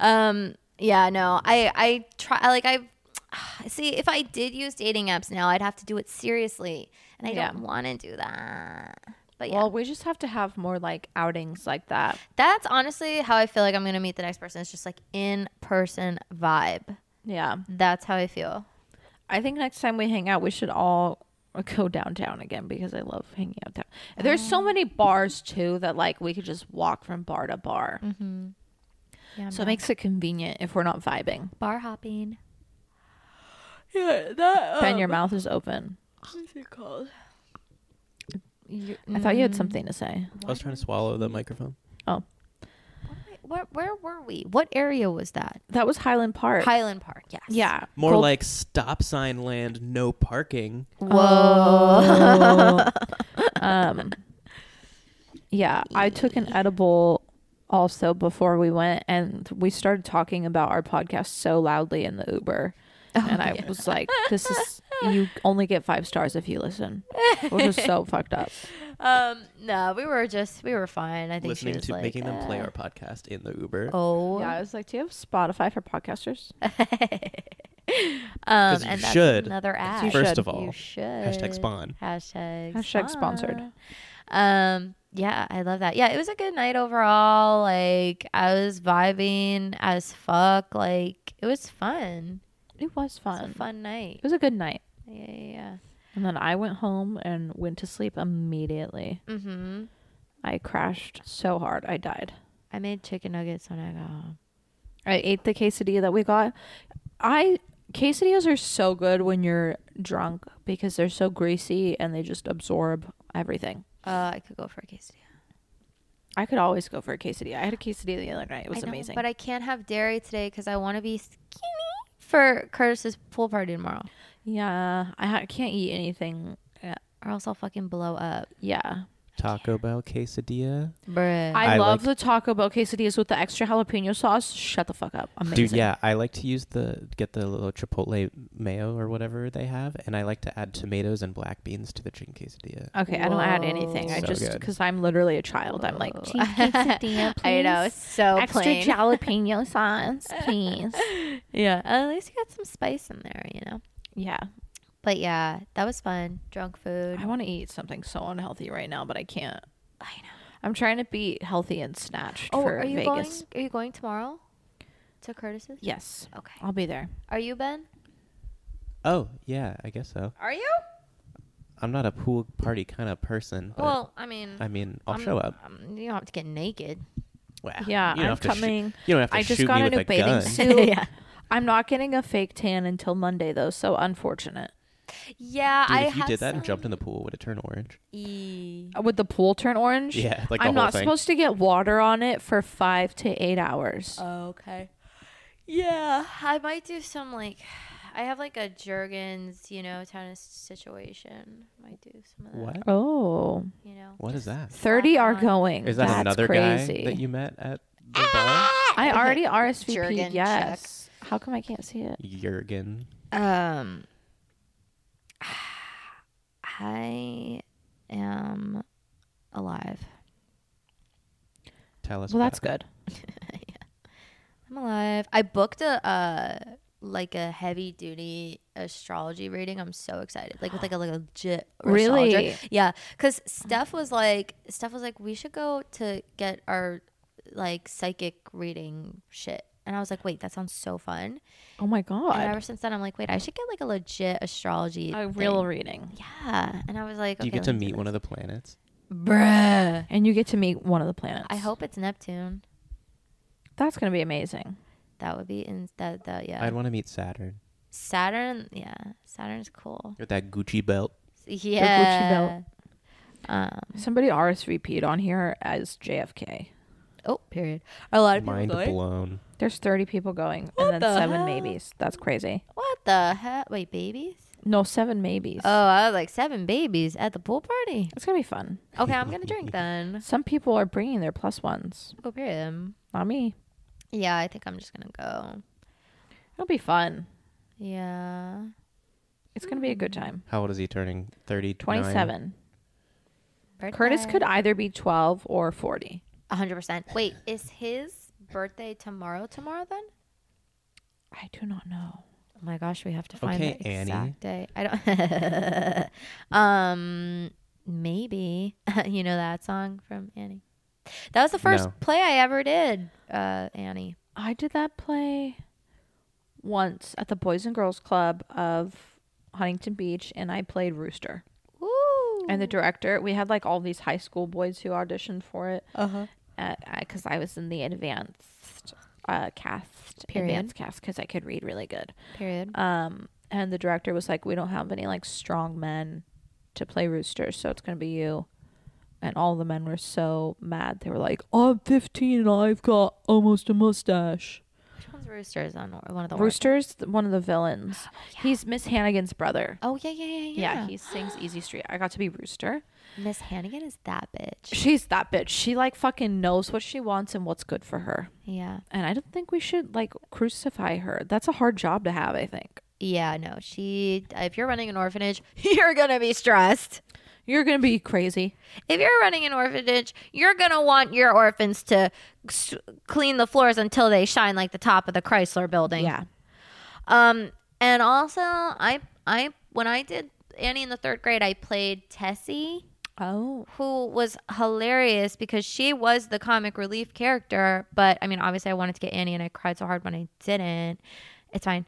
Speaker 3: Um, yeah, no, I, I try, like, I, [SIGHS] see, if I did use dating apps now, I'd have to do it seriously. And I
Speaker 2: Yeah.
Speaker 3: don't want to do that. But yeah,
Speaker 2: Well, we just have to have more like outings like that.
Speaker 3: that's honestly how I feel like I'm going to meet the next person. It's just like in person vibe.
Speaker 2: Yeah,
Speaker 3: That's how I feel.
Speaker 2: I think next time we hang out, we should all go downtown again because I love hanging out down. There's so many bars too that like we could just walk from bar to bar.
Speaker 3: Yeah,
Speaker 2: So it makes it convenient if we're not vibing.
Speaker 3: bar hopping.
Speaker 2: ben, your mouth is open. What's it called? I thought you had something to say.
Speaker 4: I was trying to swallow the microphone.
Speaker 2: Oh,
Speaker 3: Where, where were we? What area was that?
Speaker 2: that was Highland Park.
Speaker 3: Highland Park. Yes.
Speaker 2: yeah,
Speaker 4: More
Speaker 2: Gold-
Speaker 4: like stop sign land, no parking.
Speaker 2: Whoa. um, yeah, I took an edible also before we went, and we started talking about our podcast so loudly in the Uber. and I was like, this is, you only get five stars if you listen, which is so fucked up.
Speaker 3: Um. No, we were just we were fine. I think she
Speaker 4: Listening
Speaker 3: was
Speaker 4: to
Speaker 3: like,
Speaker 4: making them play
Speaker 3: uh,
Speaker 4: our
Speaker 2: Um,
Speaker 4: podcast in the Uber.
Speaker 3: Oh.
Speaker 2: Yeah, I was like, do you have Spotify for podcasters?
Speaker 3: Um,
Speaker 4: 'Cause
Speaker 3: [LAUGHS]
Speaker 4: you
Speaker 3: and that's
Speaker 4: should.
Speaker 3: another
Speaker 4: That's
Speaker 3: ad.
Speaker 2: you
Speaker 4: First
Speaker 2: should.
Speaker 4: of all,
Speaker 3: you should.
Speaker 4: hashtag spawn.
Speaker 3: Hashtag.
Speaker 2: Hashtag sponsored.
Speaker 3: spawn. Um. Yeah, I love that. Yeah, it was a good night overall. Like I was vibing as fuck. Like it was fun.
Speaker 2: It was
Speaker 3: It was
Speaker 2: fun.
Speaker 3: a fun night.
Speaker 2: It was a good night.
Speaker 3: Yeah, yeah.
Speaker 2: And then I went home and went to sleep immediately.
Speaker 3: yeah. Mhm.
Speaker 2: I crashed so hard. I died.
Speaker 3: I made chicken nuggets when I got home.
Speaker 2: I ate the quesadilla that we got. I quesadillas are so good when you're drunk because they're so greasy and they just absorb everything.
Speaker 3: Uh, I could go for a quesadilla.
Speaker 2: I could always go for a quesadilla. I had a quesadilla the other night. It was
Speaker 3: I know,
Speaker 2: amazing.
Speaker 3: But I can't have dairy today because I want to be skinny for Curtis's pool party tomorrow,
Speaker 2: yeah, I ha- can't eat anything. Yeah.
Speaker 3: or else I'll fucking blow up,
Speaker 2: yeah.
Speaker 4: Taco Bell quesadilla.
Speaker 3: bruh.
Speaker 2: I,
Speaker 4: I
Speaker 2: love
Speaker 4: like-
Speaker 2: the Taco Bell quesadillas with the extra jalapeno sauce. Shut the fuck up. Amazing.
Speaker 4: Dude, yeah, I like to use the get the little chipotle mayo or whatever they have, and I like to add tomatoes and black beans to the chicken quesadilla.
Speaker 2: Okay, I don't add anything. I
Speaker 4: So
Speaker 2: just
Speaker 4: good.
Speaker 2: because I'm literally a child. I'm like,
Speaker 3: Whoa.
Speaker 2: "Cheese [LAUGHS] quesadilla,
Speaker 3: I know,
Speaker 2: please.
Speaker 3: it's so
Speaker 2: extra
Speaker 3: plain.
Speaker 2: [LAUGHS] jalapeno sauce, please.
Speaker 3: yeah, at least you got some spice in there, you know.
Speaker 2: Yeah,
Speaker 3: But yeah, that was fun. Drunk food.
Speaker 2: I want to eat something so unhealthy right now, but I can't. I know. I'm trying to be healthy and snatched
Speaker 3: oh,
Speaker 2: for
Speaker 3: are you
Speaker 2: Vegas.
Speaker 3: going? Are you going tomorrow to Curtis's?
Speaker 2: Yes,
Speaker 3: Okay.
Speaker 2: I'll be there.
Speaker 3: Are you Ben?
Speaker 4: Oh yeah, I guess so.
Speaker 3: Are you?
Speaker 4: I'm not a pool party kind of person. But
Speaker 3: Well, I mean,
Speaker 4: I mean, I'll
Speaker 3: I'm-
Speaker 4: show up.
Speaker 3: um, you don't have to get naked.
Speaker 4: Wow.
Speaker 2: Yeah,
Speaker 4: you don't
Speaker 2: I'm
Speaker 4: have to shoot-
Speaker 2: coming.
Speaker 4: you don't have to
Speaker 2: I just
Speaker 4: shoot
Speaker 2: got
Speaker 4: me
Speaker 2: a
Speaker 4: with
Speaker 2: new
Speaker 4: a
Speaker 2: bathing
Speaker 4: gun.
Speaker 2: suit.
Speaker 4: [LAUGHS]
Speaker 2: Dude.
Speaker 3: yeah.
Speaker 2: I'm not getting a fake tan until Monday though, so unfortunate.
Speaker 3: Yeah,
Speaker 4: Dude,
Speaker 3: I
Speaker 4: if you
Speaker 3: have
Speaker 4: did that and
Speaker 3: some-
Speaker 4: jumped in the pool, would it turn orange?
Speaker 3: E.
Speaker 2: Would Uh, the pool turn orange?
Speaker 4: Yeah, like the
Speaker 2: I'm
Speaker 4: whole
Speaker 2: not
Speaker 4: thing.
Speaker 2: supposed to get water on it for five to eight hours.
Speaker 3: Okay. Yeah, I might do some like I have like a Jergens, you know, tennis situation. Might do some of that.
Speaker 4: What?
Speaker 2: oh.
Speaker 3: You know.
Speaker 4: What is that?
Speaker 2: Thirty
Speaker 3: Slap
Speaker 2: are
Speaker 3: on.
Speaker 2: going.
Speaker 4: Is that
Speaker 2: That's
Speaker 4: another
Speaker 2: crazy.
Speaker 4: guy that you met at the bar?
Speaker 2: I already RSVP.
Speaker 3: Jergen
Speaker 2: Yes. How come I can't see it?
Speaker 4: Jurgen.
Speaker 3: Um I am alive.
Speaker 4: Tell us.
Speaker 2: Well,
Speaker 4: about
Speaker 2: that's
Speaker 4: it.
Speaker 2: good.
Speaker 3: I'm alive. I booked a uh like a heavy duty astrology reading. I'm so excited. Like with
Speaker 2: [GASPS]
Speaker 3: like a like a legit astrologer.
Speaker 2: Really?
Speaker 3: Yeah, because Steph was like Steph was like we should go to get our like psychic reading shit. And I was like, wait, that sounds so fun.
Speaker 2: Oh my
Speaker 3: And ever
Speaker 2: god.
Speaker 3: since then, I'm like, wait, I should get like a legit astrology.
Speaker 2: A real
Speaker 3: thing.
Speaker 2: reading.
Speaker 3: Yeah. And I was like,
Speaker 4: Do you
Speaker 3: okay,
Speaker 4: get to
Speaker 3: let's do
Speaker 4: meet one of
Speaker 3: this.
Speaker 4: the planets?
Speaker 3: Bruh.
Speaker 2: And you get to meet one of the planets.
Speaker 3: I hope it's Neptune.
Speaker 2: that's gonna be amazing.
Speaker 3: That would be in that. That yeah.
Speaker 4: I'd want to meet Saturn
Speaker 3: Saturn. Yeah. Saturn's cool.
Speaker 4: with that Gucci belt.
Speaker 3: Yeah.
Speaker 2: belt.
Speaker 3: Um,
Speaker 2: Somebody RSVP'd on here as JFK.
Speaker 3: oh, period. Are a lot of
Speaker 4: Mind
Speaker 3: people going?
Speaker 4: blown.
Speaker 2: There's 30 people going, and
Speaker 3: What
Speaker 2: then
Speaker 3: the
Speaker 2: seven
Speaker 3: hell?
Speaker 2: maybes. That's crazy.
Speaker 3: What the heck? Wait, babies?
Speaker 2: No, seven maybes.
Speaker 3: Oh, I was like seven babies at the pool party.
Speaker 2: it's gonna be fun.
Speaker 3: Okay, I'm gonna
Speaker 4: [LAUGHS]
Speaker 3: drink then.
Speaker 2: Some people are bringing their plus ones.
Speaker 3: Oh, period.
Speaker 2: Not me.
Speaker 3: Yeah, I think I'm just gonna go.
Speaker 2: It'll be fun.
Speaker 3: Yeah.
Speaker 2: It's gonna be a good time.
Speaker 4: How old is he turning? Thirty.
Speaker 2: 27.
Speaker 3: Birthday.
Speaker 2: Curtis could either be 12 or 40.
Speaker 3: 100%. Wait, is his birthday tomorrow? Tomorrow then?
Speaker 2: I do not know.
Speaker 3: Oh my gosh, we have to find
Speaker 4: Okay,
Speaker 3: the
Speaker 4: Annie.
Speaker 3: exact day. I don't. [LAUGHS] um, maybe [LAUGHS] you know that song from Annie. That was the first
Speaker 4: No.
Speaker 3: play I ever did. Uh, Annie.
Speaker 2: I did that play once at the Boys and Girls Club of Huntington Beach, and I played Rooster.
Speaker 3: Ooh.
Speaker 2: And the director, we had like all these high school boys who auditioned for it
Speaker 3: uh huh.
Speaker 2: because I was in the advanced uh, cast,
Speaker 3: Period.
Speaker 2: advanced cast, because I could read really good.
Speaker 3: Period.
Speaker 2: Um, and the director was like, "We don't have any like strong men to play Rooster, so it's gonna be you." And all the men were so mad. They were like, "I'm 15 and I've got almost a mustache."
Speaker 3: Which one's Rooster? Is on one of the worst.
Speaker 2: Rooster's th- one of the villains. He's Miss Hannigan's brother.
Speaker 3: Oh yeah, yeah, yeah, yeah.
Speaker 2: Yeah. he sings Easy Street. I got to be Rooster.
Speaker 3: Miss Hannigan is that bitch.
Speaker 2: She's that bitch. She like fucking knows what she wants and what's good for her.
Speaker 3: Yeah.
Speaker 2: And I don't think we should like crucify her. That's a hard job to have, I think.
Speaker 3: Yeah. No, she. If you're running an orphanage, [LAUGHS] you're gonna be stressed.
Speaker 2: You're going to be crazy.
Speaker 3: If you're running an orphanage, you're going to want your orphans to s- clean the floors until they shine like the top of the Chrysler building.
Speaker 2: Yeah.
Speaker 3: Um And also, I I when I did Annie in the third grade, I played Tessie,
Speaker 2: Oh.
Speaker 3: who was hilarious because she was the comic relief character. But I mean, obviously, I wanted to get Annie, and I cried so hard when I didn't. It's fine.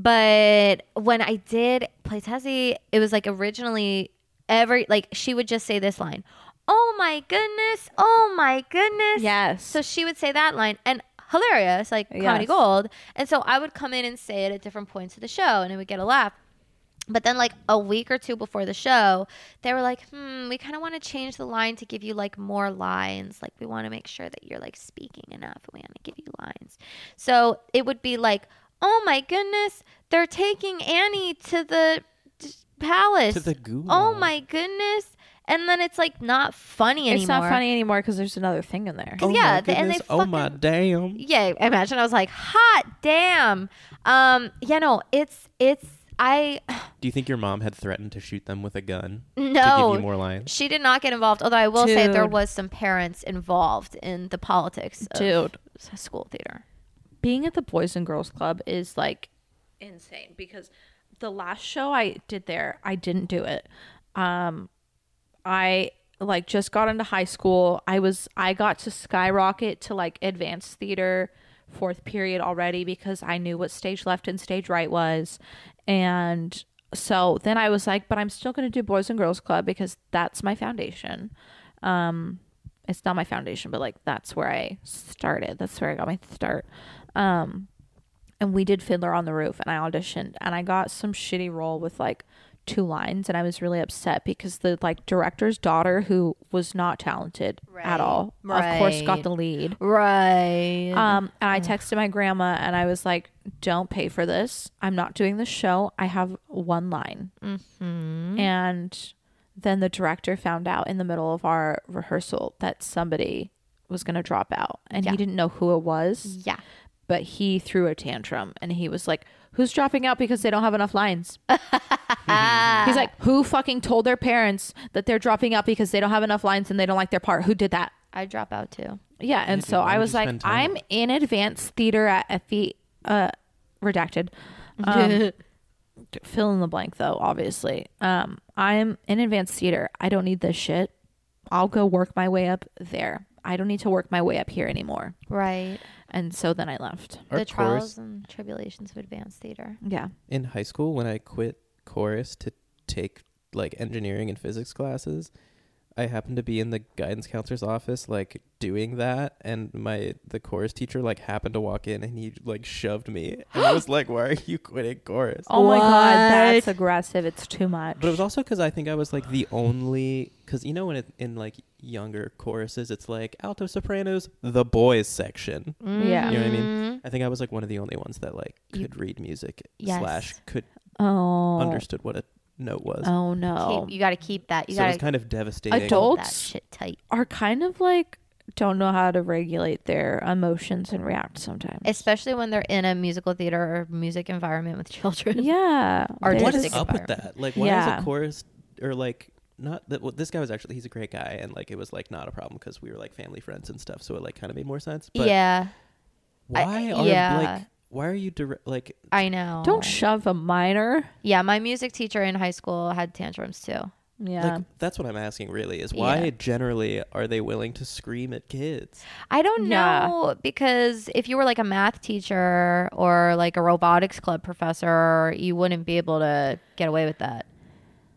Speaker 3: But when I did play Tessie, it was like originally every like she would just say this line, "Oh my goodness, oh my goodness."
Speaker 2: Yes.
Speaker 3: So she would say that line and hilarious, like comedy
Speaker 2: Yes.
Speaker 3: gold. And so I would come in and say it at different points of the show and it would get a laugh. But then, like a week or two before the show, they were like, hmm, we kind of want to change the line to give you like more lines. Like, we want to make sure that you're like speaking enough. We want to give you lines. So it would be like, oh my goodness, they're taking Annie to the d- palace.
Speaker 4: To the gulag.
Speaker 3: Oh my goodness. And then it's like not funny anymore.
Speaker 2: It's not funny anymore because there's another thing in there.
Speaker 3: Oh. yeah, they- and they
Speaker 4: goodness, oh my
Speaker 3: fucking-
Speaker 4: damn.
Speaker 3: yeah imagine i was like hot damn um you know it's it's i [SIGHS]
Speaker 4: Do you think your mom had threatened to shoot them with a gun to give you
Speaker 3: no
Speaker 4: more lines?
Speaker 3: she did not get involved although i will say there
Speaker 2: Dude.
Speaker 3: was some parents involved in the politics of
Speaker 2: Dude.
Speaker 3: s- school theater
Speaker 2: Being at the Boys and Girls Club is like insane because the last show I did there, I didn't do it. Um, I like just got into high school. I was I got to skyrocket to like advanced theater fourth period already because I knew what stage left and stage right was. And so then I was like, but I'm still going to do Boys and Girls Club because that's my foundation. Um it's not my foundation, but like that's where I started. That's where I got my start. Um and we did Fiddler on the Roof and I auditioned and I got some shitty role with like two lines and I was really upset because the like director's daughter who was not talented
Speaker 3: Right.
Speaker 2: at all of course
Speaker 3: Right.
Speaker 2: got the lead.
Speaker 3: right
Speaker 2: Um and I texted my grandma and I was like don't pay for this. I'm not doing this show. I have one line. And then the director found out in the middle of our rehearsal that somebody was going to drop out and he didn't know who it was
Speaker 3: yeah
Speaker 2: but he threw a tantrum and he was like, Who's dropping out because they don't have enough lines? He's like, Who fucking told their parents that they're dropping out because they don't have enough lines and they don't like their part? Who did that?
Speaker 3: i drop
Speaker 2: [LAUGHS]
Speaker 3: out too
Speaker 2: Yeah. And so
Speaker 4: why
Speaker 2: I
Speaker 4: would
Speaker 2: was
Speaker 4: you
Speaker 2: like,
Speaker 4: spend time-
Speaker 2: I'm in advanced theater at FE, uh, redacted.
Speaker 3: [LAUGHS]
Speaker 2: Um, fill in the blank though, obviously. Um, I'm in advanced theater. I don't need this shit. I'll go work my way up there. I don't need to work my way up here anymore.
Speaker 3: right
Speaker 2: And so then I left.
Speaker 4: Our
Speaker 3: the
Speaker 4: chorus
Speaker 3: trials and tribulations of advanced theater
Speaker 2: Yeah.
Speaker 4: in high school when I quit chorus to take like engineering and physics classes, I happened to be in the guidance counselor's office like doing that and my the chorus teacher like happened to walk in and he like shoved me and
Speaker 3: [GASPS]
Speaker 4: I was like, Why are you quitting chorus?
Speaker 2: Oh my god, that's
Speaker 3: What?
Speaker 2: aggressive. It's too much.
Speaker 4: But it was also because I think I was like the only because you know when it, in like younger choruses it's like alto sopranos the boys section
Speaker 2: Yeah.
Speaker 4: you know what I mean
Speaker 3: Mhm.
Speaker 4: I think I was like one of the only ones that like could
Speaker 3: You-
Speaker 4: read music
Speaker 3: Yes.
Speaker 4: slash could
Speaker 2: oh.
Speaker 4: understood what a note was
Speaker 2: Oh no.
Speaker 3: Keep- you got to keep that um, you
Speaker 4: so it
Speaker 3: got
Speaker 4: was
Speaker 3: to
Speaker 4: kind of devastating
Speaker 2: Adult-
Speaker 3: keep that shit tight
Speaker 2: Are kind of like don't know how to regulate their emotions and react sometimes.
Speaker 3: especially when they're in a musical theater or music environment with [LAUGHS] children
Speaker 2: yeah. there's-
Speaker 3: What
Speaker 4: what is
Speaker 3: artistic
Speaker 4: up with
Speaker 3: environment.
Speaker 4: that like why is
Speaker 2: Yeah.
Speaker 4: a chorus or like not that well, this guy was actually he's a great guy and like it was like not a problem because we were like family friends and stuff so it like kind of made more sense but
Speaker 3: yeah
Speaker 4: why are
Speaker 3: yeah.
Speaker 4: like why are you dire- like
Speaker 3: I know.
Speaker 2: Don't shove a minor.
Speaker 3: yeah, my music teacher in high school had tantrums too.
Speaker 2: Yeah.
Speaker 4: Like that's what I'm asking really is why
Speaker 3: Yeah.
Speaker 4: generally are they willing to scream at kids?
Speaker 3: I don't
Speaker 2: Yeah.
Speaker 3: know because if you were like a math teacher or like a robotics club professor, you wouldn't be able to get away with that.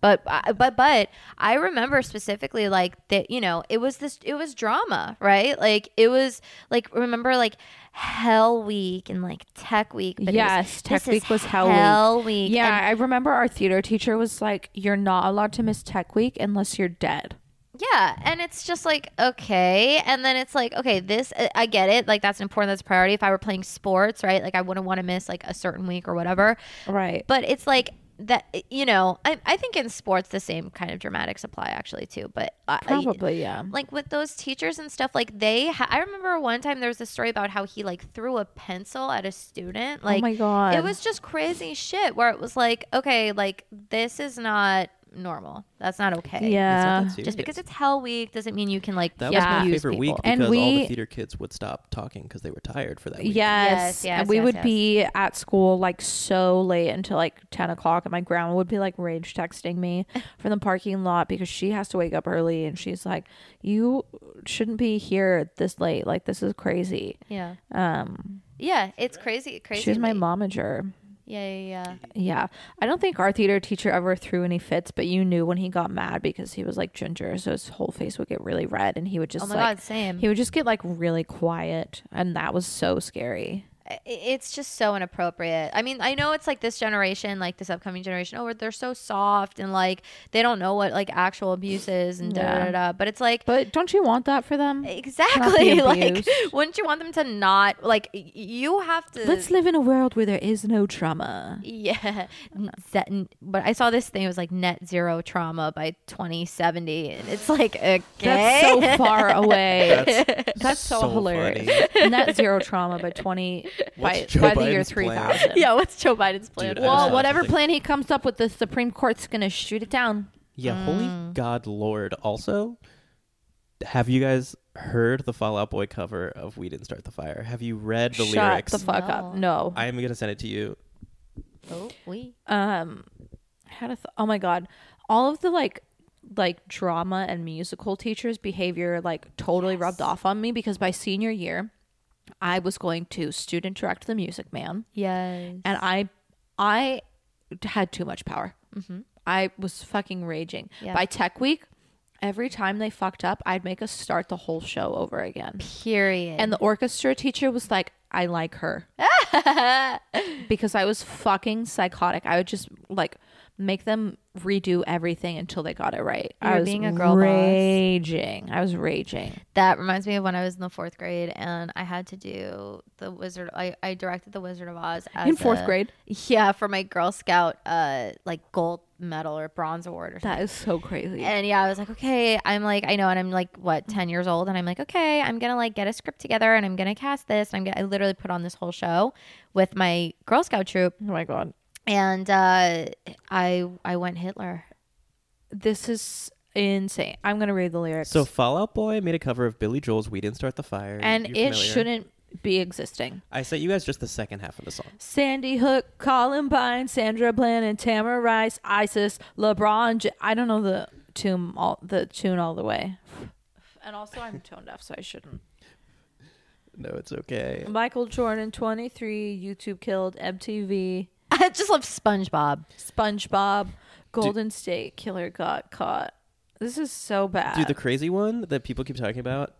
Speaker 3: But I- but but I remember specifically like that you know it was this it was drama right like it was like remember like Hell Week and like Tech Week but it was,
Speaker 2: Yes, Tech
Speaker 3: "This is
Speaker 2: Week was Hell Week."
Speaker 3: Hell Week
Speaker 2: yeah,
Speaker 3: And-
Speaker 2: I remember our theater teacher was like, "You're not allowed to miss Tech Week unless you're dead."
Speaker 3: Yeah, and it's just like okay, and then it's like okay, this uh, I- I get it. Like that's important, that's a priority. If I were playing sports, right? Like I wouldn't want to miss like a certain week or whatever.
Speaker 2: Right.
Speaker 3: But it's like that. You know, I I think in sports the same kind of dramatics apply actually too. But I- I,
Speaker 2: Probably, yeah.
Speaker 3: like with those teachers and stuff like they ha- i remember one time there was a story about how he like threw a pencil at a student like
Speaker 2: Oh my God.
Speaker 3: it was just crazy shit where it was like okay like this is not normal. That's not okay.
Speaker 2: Yeah.
Speaker 4: It's not that
Speaker 3: Just
Speaker 4: serious.
Speaker 3: because it's Hell Week doesn't mean you can like
Speaker 4: That
Speaker 2: Yeah.
Speaker 4: was my
Speaker 3: use
Speaker 4: favorite week
Speaker 3: people.
Speaker 4: because
Speaker 2: And
Speaker 4: all
Speaker 2: we-
Speaker 4: the theater kids would stop talking because they were tired for that week.
Speaker 2: Yes.
Speaker 3: Yes, yes,
Speaker 2: and we
Speaker 3: yes,
Speaker 2: would
Speaker 3: yes.
Speaker 2: be at school like so late until like 10 o'clock. And my grandma would be like rage texting
Speaker 3: [LAUGHS]
Speaker 2: me from the parking lot because she has to wake up early. And she's like, You shouldn't be here this late. Like, this is crazy.
Speaker 3: yeah.
Speaker 2: Um,
Speaker 3: Yeah, it's crazy. Crazy.
Speaker 2: she's my
Speaker 3: late.
Speaker 2: momager.
Speaker 3: Yeah, yeah, yeah.
Speaker 2: Yeah. I don't think our theater teacher ever threw any fits, but you knew when he got mad because he was like ginger. So his whole face would get really red. And he would just
Speaker 3: Oh my
Speaker 2: like,
Speaker 3: God, same.
Speaker 2: he would just get like really quiet. And that was so scary.
Speaker 3: I- It's just so inappropriate. I mean, I know it's like this generation, like this upcoming generation. Oh, they're so soft and like they don't know what like actual abuse is and da da
Speaker 2: Yeah.
Speaker 3: da. da. But it's like
Speaker 2: But don't you want that for them?
Speaker 3: [LAUGHS] exactly like
Speaker 2: abused.
Speaker 3: wouldn't you want them to not like y- you have to
Speaker 2: Let's live in a world where there is no trauma.
Speaker 3: Yeah. [LAUGHS] N- ze- n- But I saw this thing. It was like net zero trauma by 2070. And it's like, okay. [LAUGHS]
Speaker 2: That's so [LAUGHS] far away.
Speaker 4: That's,
Speaker 2: That's so, hilarious. [LAUGHS]
Speaker 4: funny.
Speaker 2: Net zero trauma by twenty by,
Speaker 4: What's Joe
Speaker 2: by the year
Speaker 4: Biden's
Speaker 2: three
Speaker 4: plan?
Speaker 2: [LAUGHS] thousand.
Speaker 3: yeah, what's Joe Biden's plan?
Speaker 4: Dude, I
Speaker 2: Well,
Speaker 4: Yeah.
Speaker 2: whatever plan he comes up with, the Supreme Court's gonna shoot it down.
Speaker 4: Yeah,
Speaker 2: Mm.
Speaker 4: holy God, Lord. Also, have you guys heard the Fallout Boy cover of "We Didn't Start the Fire"? Have you read the
Speaker 2: Shut
Speaker 4: lyrics?
Speaker 2: the fuck up. No.
Speaker 4: I am gonna send it to you.
Speaker 3: oh, we.
Speaker 2: um, I had a th- oh my god, all of the like like drama and musical teachers' behavior like totally rubbed off on me because by senior year, I was going to student direct the Music Man.
Speaker 3: Yes.
Speaker 2: and I I had too much power. I was fucking raging.
Speaker 3: Yeah.
Speaker 2: By tech week, every time they fucked up, I'd make us start the whole show over again.
Speaker 3: Period.
Speaker 2: And the orchestra teacher was like, "I like
Speaker 3: [LAUGHS]
Speaker 2: her," because I was fucking psychotic. I would just like make them redo everything until they got it right.
Speaker 3: You
Speaker 2: I
Speaker 3: were
Speaker 2: was
Speaker 3: being a girl boss.
Speaker 2: raging. I was raging.
Speaker 3: that reminds me of when I was in the fourth grade and I had to do the Wizard. I, I directed the Wizard of Oz as
Speaker 2: In fourth
Speaker 3: a-
Speaker 2: grade?
Speaker 3: Yeah, for my Girl Scout, uh, like gold medal or bronze award or something.
Speaker 2: That is Mm-hmm. so crazy.
Speaker 3: And yeah, I was like, okay, I'm like, I know, and I'm like, what, ten years old, and I'm like, okay, I'm gonna like get a script together, and I'm gonna cast this, and I'm gonna, I literally put on this whole show with my Girl Scout troop,
Speaker 2: oh my god.
Speaker 3: and uh, I I went Hitler.
Speaker 2: This is insane. I'm gonna read the lyrics.
Speaker 4: So Fallout Boy made a cover of Billy Joel's "We Didn't Start the Fire,"
Speaker 2: and
Speaker 4: You're
Speaker 2: it
Speaker 4: familiar.
Speaker 2: shouldn't be existing.
Speaker 4: I sent you guys just the second half of the song.
Speaker 2: Sandy Hook, Columbine, Sandra Bland, and Tamara Rice, ISIS, LeBron. J- I don't know the tune all the tune all the way. And also, I'm tone deaf, so I shouldn't.
Speaker 4: No, it's okay.
Speaker 2: Michael Jordan, 23, YouTube killed, MTV,
Speaker 3: [LAUGHS] I just love SpongeBob.
Speaker 2: SpongeBob, Golden State Killer got caught. This is so bad.
Speaker 4: Dude, the crazy one that people keep talking about: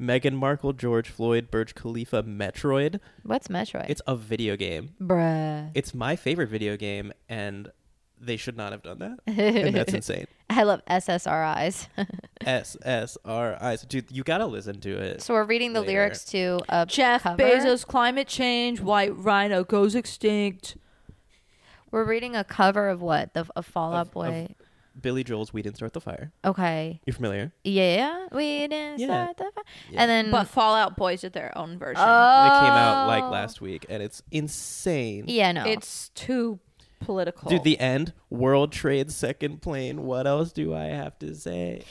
Speaker 4: Meghan Markle, George Floyd, Burj Khalifa, Metroid.
Speaker 3: What's Metroid?
Speaker 4: It's a video game.
Speaker 3: bruh.
Speaker 4: It's my favorite video game, and they should not have done that.
Speaker 2: [LAUGHS]
Speaker 4: and that's insane.
Speaker 3: I love [LAUGHS] SSRIs.
Speaker 4: S S R I. So, dude, you gotta listen to it.
Speaker 3: so we're reading the
Speaker 4: Later.
Speaker 3: lyrics to a
Speaker 2: Jeff
Speaker 3: cover.
Speaker 2: Bezos, climate change, white rhino goes extinct.
Speaker 3: We're reading a cover of what the of Fall Out Boy.
Speaker 4: Billy Joel's "We Didn't Start the Fire."
Speaker 3: okay.
Speaker 4: You familiar?
Speaker 3: Yeah, we didn't
Speaker 4: Yeah.
Speaker 3: start the fire.
Speaker 4: Yeah.
Speaker 3: And then
Speaker 2: But Fallout Boys did their own version.
Speaker 4: It came out like
Speaker 3: Oh.
Speaker 4: last week, and it's insane.
Speaker 3: Yeah, no.
Speaker 2: It's too political.
Speaker 4: Dude, the end. World Trade Second Plane. What else do I have to say?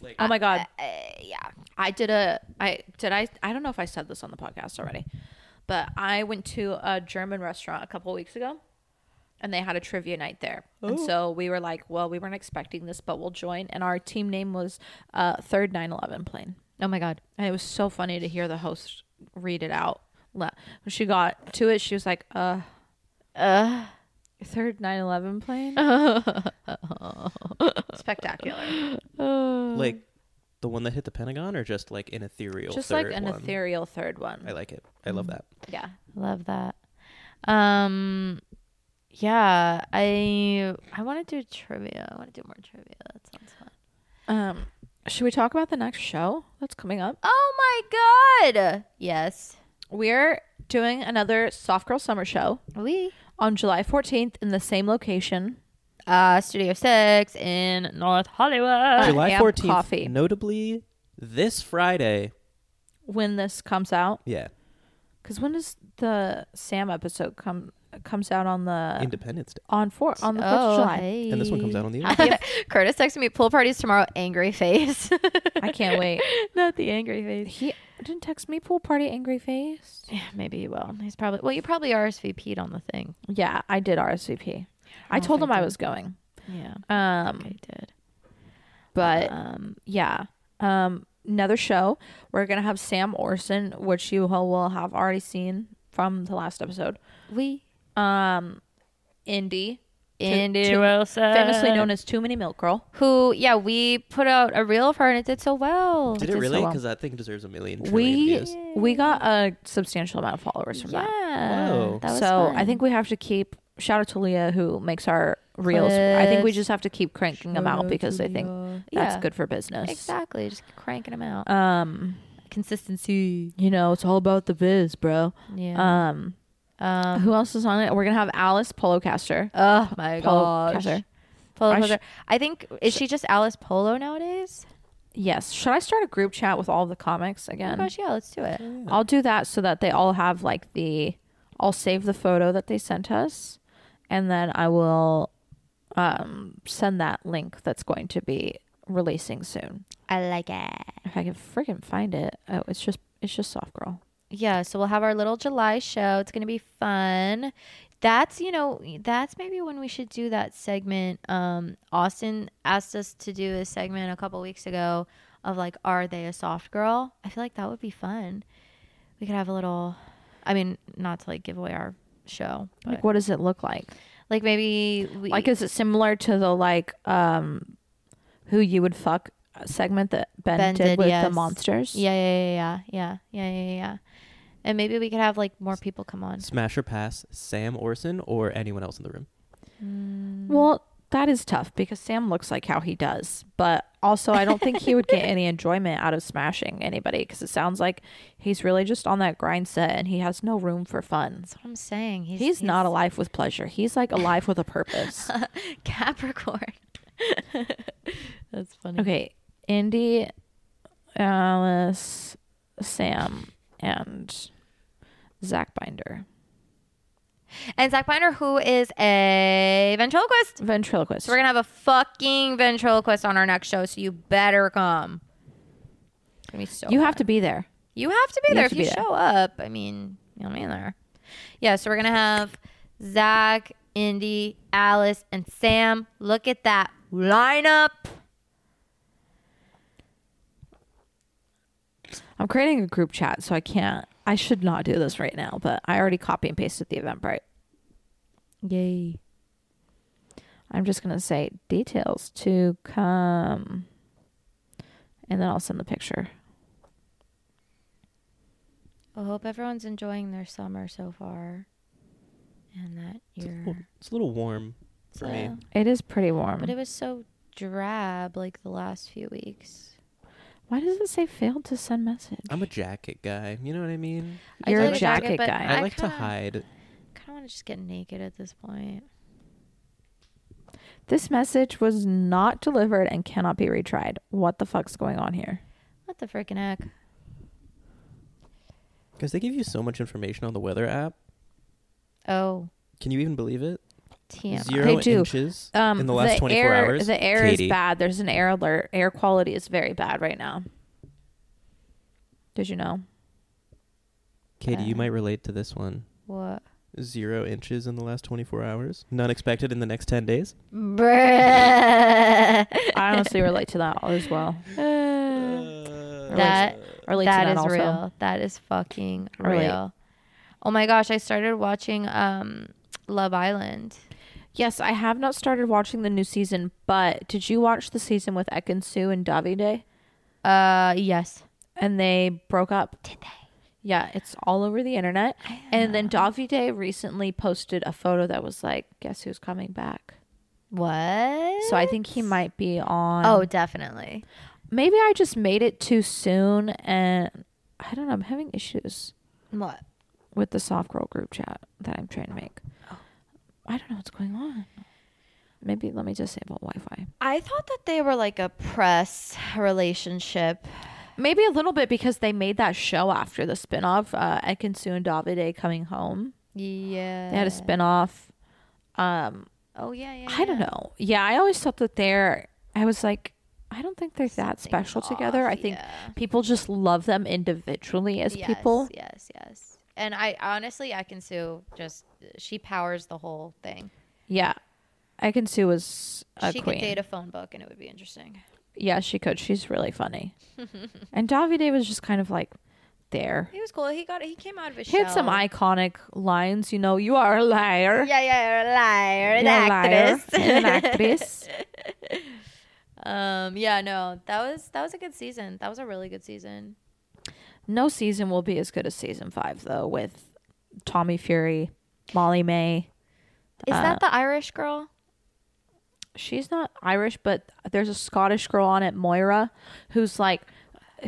Speaker 4: Like,
Speaker 2: oh my god,
Speaker 3: Uh, yeah.
Speaker 2: I did a I did I I don't know if I said this on the podcast already, but I went to a German restaurant a couple weeks ago, and they had a trivia night there, and so we were like, well, we weren't expecting this, but we'll join, and our team name was uh, Third Nine Eleven Plane,
Speaker 3: Oh my god.
Speaker 2: and it was so funny to hear the host read it out. When she got to it, she was like, uh,
Speaker 3: Uh,
Speaker 2: third 9-11
Speaker 3: [LAUGHS]
Speaker 2: plane spectacular Hmm.
Speaker 4: like the one that hit the Pentagon, or just like an ethereal.
Speaker 2: just like
Speaker 4: third
Speaker 2: an
Speaker 4: one?
Speaker 2: ethereal third one
Speaker 4: I like it. I love that.
Speaker 2: yeah
Speaker 3: love that. Um, yeah. I I want to do trivia. I want to do more trivia. That sounds fun.
Speaker 2: um should we talk about the next show that's coming up
Speaker 3: Oh my god. Yes.
Speaker 2: we're doing another soft girl summer show
Speaker 3: We
Speaker 2: on july 14th in the same location
Speaker 3: uh Studio Six in North Hollywood.
Speaker 4: July
Speaker 2: and
Speaker 4: fourteenth.
Speaker 2: coffee.
Speaker 4: Notably, this Friday.
Speaker 2: when this comes out
Speaker 4: Yeah.
Speaker 2: Because when does the Sam episode come comes out on the
Speaker 4: Independence Day.
Speaker 2: on four on the fourth of July?
Speaker 4: And
Speaker 3: [LAUGHS]
Speaker 4: this one comes out on the
Speaker 3: Oh, hey. Curtis texted me pool parties tomorrow. Angry face. [LAUGHS]
Speaker 2: I can't wait.
Speaker 3: Not the angry face.
Speaker 2: [LAUGHS] He didn't text me pool party angry face.
Speaker 3: Yeah, maybe he will. He's probably well. You probably RSVP'd on the thing.
Speaker 2: Yeah, I did RSVP. I
Speaker 3: don't
Speaker 2: told
Speaker 3: think
Speaker 2: him I
Speaker 3: I-
Speaker 2: was going.
Speaker 3: Yeah,
Speaker 2: Um,
Speaker 3: I did.
Speaker 2: but
Speaker 3: Um,
Speaker 2: yeah. Um, another show we're gonna have Sam Orson, which you all will have already seen from the last episode.
Speaker 3: we
Speaker 2: Um, Indy,
Speaker 3: Indy
Speaker 2: to-
Speaker 3: Wilson,
Speaker 2: famously known as Too Many Milk Girl.
Speaker 3: who? Yeah, we put out a reel of her and it did so well.
Speaker 4: Did
Speaker 2: It did
Speaker 4: it
Speaker 2: so
Speaker 4: really?
Speaker 2: well.
Speaker 4: Because that thing deserves a million trillion
Speaker 2: We
Speaker 4: views.
Speaker 2: we got a substantial amount of followers from
Speaker 3: yeah,
Speaker 2: that.
Speaker 4: Whoa.
Speaker 3: that was
Speaker 2: so
Speaker 3: fun.
Speaker 2: I think we have to keep shout out to Leah who makes our reels. I think we
Speaker 3: Clips.
Speaker 2: just have to keep cranking them out because they think that's
Speaker 3: Yeah,
Speaker 2: good for business.
Speaker 3: Exactly, just cranking them out.
Speaker 2: Um,
Speaker 3: Consistency.
Speaker 2: you know, it's all about the biz, bro.
Speaker 3: Yeah.
Speaker 2: Um,
Speaker 3: um,
Speaker 2: who else is on it? We're gonna have Alice Polocaster.
Speaker 3: Oh my
Speaker 2: Polo
Speaker 3: gosh.
Speaker 2: Cather.
Speaker 3: Polo
Speaker 2: I sh-
Speaker 3: Cather. I think is she just Alice Polo nowadays?
Speaker 2: Yes. Should I start a group chat with all the comics
Speaker 3: Oh my
Speaker 2: again?
Speaker 3: gosh, yeah, let's do it.
Speaker 2: I'll do that so that they all have like the. I'll save the photo that they sent us, and then I will um, send that link that's going to be releasing soon.
Speaker 3: I like it.
Speaker 2: If I can freaking find it, oh, it's just it's just soft girl.
Speaker 3: Yeah, so we'll have our little July show. It's gonna be fun. That's you know that's maybe when we should do that segment. Um, Austin asked us to do a segment a couple weeks ago of like, are they a soft girl? I feel like that would be fun. We could have a little. I mean, not to like give away our show, but
Speaker 2: Like,
Speaker 3: like,
Speaker 2: what does it look like?
Speaker 3: maybe we,
Speaker 2: Like, is it similar to the like um, who you would fuck segment that Ben,
Speaker 3: Ben
Speaker 2: did,
Speaker 3: did,
Speaker 2: with the
Speaker 3: yes.
Speaker 2: monsters?
Speaker 3: Yeah, yeah, yeah, yeah, yeah, yeah, yeah, yeah. And maybe we could have like more people come on.
Speaker 4: Smash or pass Sam Orson or anyone else in the room.
Speaker 2: Well, that is tough because Sam looks like how he does, but also I don't think he would get any enjoyment out of smashing anybody because it sounds like he's really just on that grind set and he has no room for fun.
Speaker 3: That's what I'm saying. He's,
Speaker 2: He's, not alive with pleasure. He's like alive with a purpose.
Speaker 3: [LAUGHS] Capricorn. [LAUGHS] That's funny.
Speaker 2: okay, Indy, Alice, Sam, and Zach Binder,
Speaker 3: And Zach Binder, who is a ventriloquist.
Speaker 2: ventriloquist.
Speaker 3: So we're gonna have a fucking ventriloquist on our next show, so you better come. It's gonna be so
Speaker 2: you
Speaker 3: fun.
Speaker 2: have to be there.
Speaker 3: You have to be
Speaker 2: You
Speaker 3: there.
Speaker 2: have
Speaker 3: If
Speaker 2: to
Speaker 3: you
Speaker 2: be there.
Speaker 3: show up, I mean, you'll be there. Yeah, so we're gonna have Zach, Indy, Alice, and Sam. Look at that lineup.
Speaker 2: I'm creating a group chat, so I can't. I should not do this right now, but I already copy and pasted the Eventbrite.
Speaker 3: Yay.
Speaker 2: I'm just gonna say details to come, and then I'll send the picture.
Speaker 3: I hope everyone's enjoying their summer so far. And that
Speaker 4: It's a
Speaker 3: you're
Speaker 4: little, it's a little warm for me.
Speaker 3: So-
Speaker 2: It is pretty warm.
Speaker 3: But it was so drab like the last few weeks.
Speaker 2: Why does it say failed to send message?
Speaker 4: I'm a jacket guy. You know what I mean?
Speaker 3: I
Speaker 2: You're
Speaker 3: do
Speaker 2: a
Speaker 3: like a
Speaker 2: jacket,
Speaker 3: jacket, but
Speaker 2: guy.
Speaker 4: I,
Speaker 3: I
Speaker 4: like to
Speaker 3: kinda-
Speaker 4: hide.
Speaker 3: Kinda wanna just get naked at this point.
Speaker 2: this message was not delivered and cannot be retried. What the fuck's going on here?
Speaker 3: What the freaking heck?
Speaker 4: Because they give you so much information on the weather app.
Speaker 3: Oh,
Speaker 4: Can you even believe it?
Speaker 3: TMI.
Speaker 4: Zero
Speaker 2: They do.
Speaker 4: inches in the last 24
Speaker 2: air,
Speaker 4: hours.
Speaker 2: The air
Speaker 4: Katie.
Speaker 2: is bad. There's an air alert. Air quality is very bad right now. Did you know?
Speaker 4: Katie, you
Speaker 3: Uh,
Speaker 4: might relate to this one.
Speaker 3: What?
Speaker 4: Zero inches in the last 24 hours. Not expected in the next 10 days.
Speaker 3: Bruh.
Speaker 2: [LAUGHS] I honestly relate to that as well.
Speaker 3: that
Speaker 2: Relate to
Speaker 3: that
Speaker 2: that
Speaker 3: is
Speaker 2: also.
Speaker 3: real. That is fucking
Speaker 2: I relate.
Speaker 3: real. Oh my gosh, I started watching um Love Island.
Speaker 2: Yes, I have not started watching the new season, but did you watch the season with Ekin Sue and Davide?
Speaker 3: Uh yes.
Speaker 2: And they broke up. Did they? Yeah, it's all over the internet. And then Davide recently posted a photo that was like, guess who's coming back?
Speaker 3: What?
Speaker 2: So I think he might be on.
Speaker 3: Oh, definitely.
Speaker 2: maybe I just made it too soon. And I don't know. I'm having issues
Speaker 3: What?
Speaker 2: with the soft girl group chat that I'm trying to make. I don't know what's going on. Maybe let me disable Wi Fi.
Speaker 3: I thought that they were like a press relationship.
Speaker 2: Maybe a little bit because they made that show after the spinoff, uh, Ekansu and Davide coming home.
Speaker 3: Yeah.
Speaker 2: They had a spinoff. Um,
Speaker 3: Oh yeah, yeah.
Speaker 2: I don't
Speaker 3: yeah.
Speaker 2: know. Yeah, I always thought that they're. I was like, I don't think they're that
Speaker 3: Something's
Speaker 2: special together.
Speaker 3: off,
Speaker 2: I think
Speaker 3: yeah.
Speaker 2: people just love them individually as
Speaker 3: yes,
Speaker 2: people.
Speaker 3: Yes, yes. And I honestly, I can sue. Just she powers the whole thing.
Speaker 2: Yeah, I can see was a
Speaker 3: she
Speaker 2: queen.
Speaker 3: could date a phone book, and it would be interesting.
Speaker 2: yeah, she could. She's really
Speaker 3: [LAUGHS]
Speaker 2: funny. and Davide was just kind of like there.
Speaker 3: He was cool. He got. He came out of his.
Speaker 2: He had some
Speaker 3: shell.
Speaker 2: iconic lines. You know, you are a liar.
Speaker 3: Yeah, yeah, you're a liar, an
Speaker 2: You're a liar.
Speaker 3: actress.
Speaker 2: [LAUGHS] You're an actress.
Speaker 3: [LAUGHS] um, yeah, no, that was that was a good season. That was a really good season.
Speaker 2: No season will be as good as season five, though, with Tommy Fury, Molly May.
Speaker 3: Is that the Irish girl?
Speaker 2: She's not Irish, but there's a Scottish girl on it, Moira, who's like,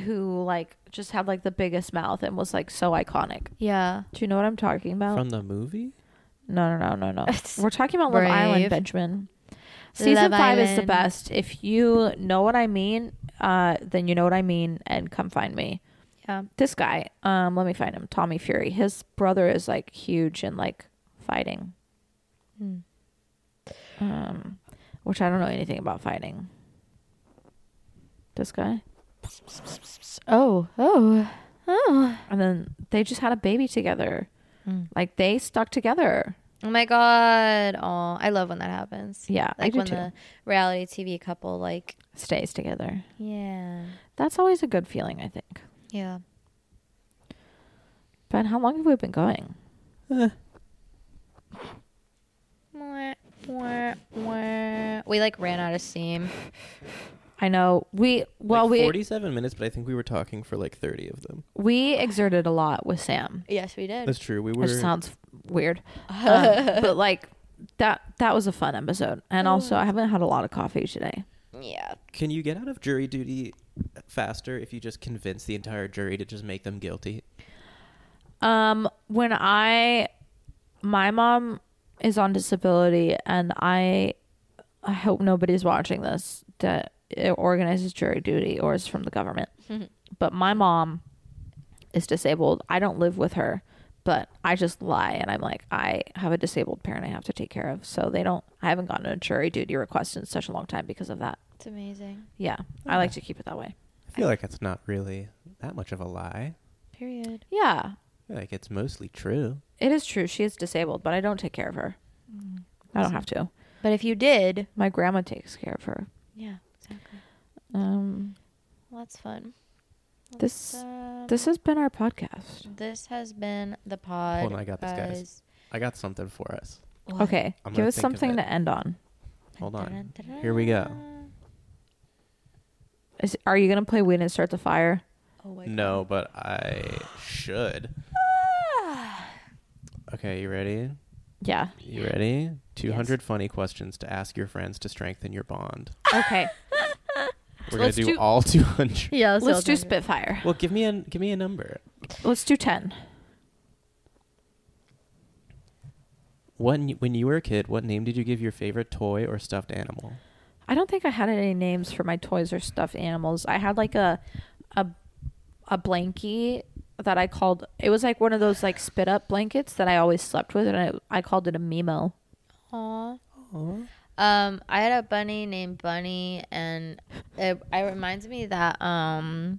Speaker 2: who like just had like the biggest mouth and was like so iconic.
Speaker 3: Yeah.
Speaker 2: Do you know what I'm talking about?
Speaker 4: From the movie?
Speaker 2: no, no, no,
Speaker 3: [LAUGHS]
Speaker 2: no, no. We're talking about Love Island,
Speaker 3: Brave.
Speaker 2: Benjamin. Season
Speaker 3: Love
Speaker 2: five is the
Speaker 3: Island.
Speaker 2: best. If you know what I mean, uh, then you know what I mean, and come find me.
Speaker 3: Yeah.
Speaker 2: this guy um let me find him tommy fury his brother is like huge and like fighting
Speaker 3: Hmm.
Speaker 2: um which i don't know anything about fighting this guy
Speaker 3: Oh, oh, oh.
Speaker 2: and then they just had a baby together
Speaker 3: Hmm.
Speaker 2: like they stuck together
Speaker 3: Oh my god. Oh, I love when that happens.
Speaker 2: Yeah, I
Speaker 3: Like
Speaker 2: do
Speaker 3: when
Speaker 2: too.
Speaker 3: the reality TV couple like
Speaker 2: stays together
Speaker 3: yeah.
Speaker 2: that's always a good feeling i think
Speaker 3: Yeah.
Speaker 2: ben how long have we been going
Speaker 3: Mwah, mwah, mwah. We like ran out of steam.
Speaker 2: i know we well
Speaker 4: Like,
Speaker 2: we
Speaker 4: 47 minutes, but I think we were talking for like 30 of them.
Speaker 2: we exerted a lot with sam
Speaker 3: Yes, we did.
Speaker 4: That's true. We were.
Speaker 2: which sounds
Speaker 4: [LAUGHS]
Speaker 2: weird um, but like that that was a fun episode and also i haven't had a lot of coffee today
Speaker 3: Yeah.
Speaker 4: Can you get out of jury duty faster if you just convince the entire jury to just make them guilty?
Speaker 2: um when i my mom is on disability and i i hope nobody's watching this that it organizes jury duty or is from the government but my mom is disabled i don't live with her but i just lie and i'm like i have a disabled parent i have to take care of so they don't i haven't gotten a jury duty request in such a long time because of that
Speaker 3: It's amazing.
Speaker 2: Yeah, I like to keep it that way.
Speaker 4: I feel like that's not really that much of a lie.
Speaker 3: Period.
Speaker 2: Yeah,
Speaker 4: I feel like it's mostly true.
Speaker 2: it is true. She is disabled, but I don't take care of her. I don't have to.
Speaker 3: But if you did,
Speaker 2: My grandma takes care of her.
Speaker 3: yeah, exactly.
Speaker 2: Um,
Speaker 3: Well, that's fun.
Speaker 2: this
Speaker 3: Um,
Speaker 2: this has been our podcast.
Speaker 3: This has been the pod.
Speaker 4: Hold on, I got this, guys. I got something for us.
Speaker 3: What?
Speaker 2: Okay,
Speaker 4: I'm
Speaker 2: give
Speaker 4: gonna
Speaker 2: us
Speaker 4: think of
Speaker 2: something
Speaker 4: it.
Speaker 2: to end on.
Speaker 4: Hold on.
Speaker 3: Dun-dun-dun-dun.
Speaker 4: Here we go.
Speaker 2: Is, are you gonna play "Win and Start the Fire"?
Speaker 3: Oh my
Speaker 4: No, but I
Speaker 2: [SIGHS]
Speaker 4: should. Okay, you ready?
Speaker 2: Yeah.
Speaker 4: You ready? 200 funny questions to ask your friends to strengthen your bond.
Speaker 2: [LAUGHS] Okay.
Speaker 4: We're going
Speaker 2: let's
Speaker 4: to do,
Speaker 2: do-
Speaker 4: all [LAUGHS] 200.
Speaker 3: Yeah,
Speaker 2: Let's do Spitfire.
Speaker 4: Well, give me a give me a number.
Speaker 2: Let's do ten.
Speaker 4: When you, when you were a kid, what name did you give your favorite toy or stuffed animal?
Speaker 2: I don't think I had any names for my toys or stuffed animals. I had like a a a blankie that I called it was like one of those like spit up blankets that I always slept with and I, I called it a Mimo.
Speaker 3: Aw. Um, I had a bunny named Bunny, and it, it reminds me that um,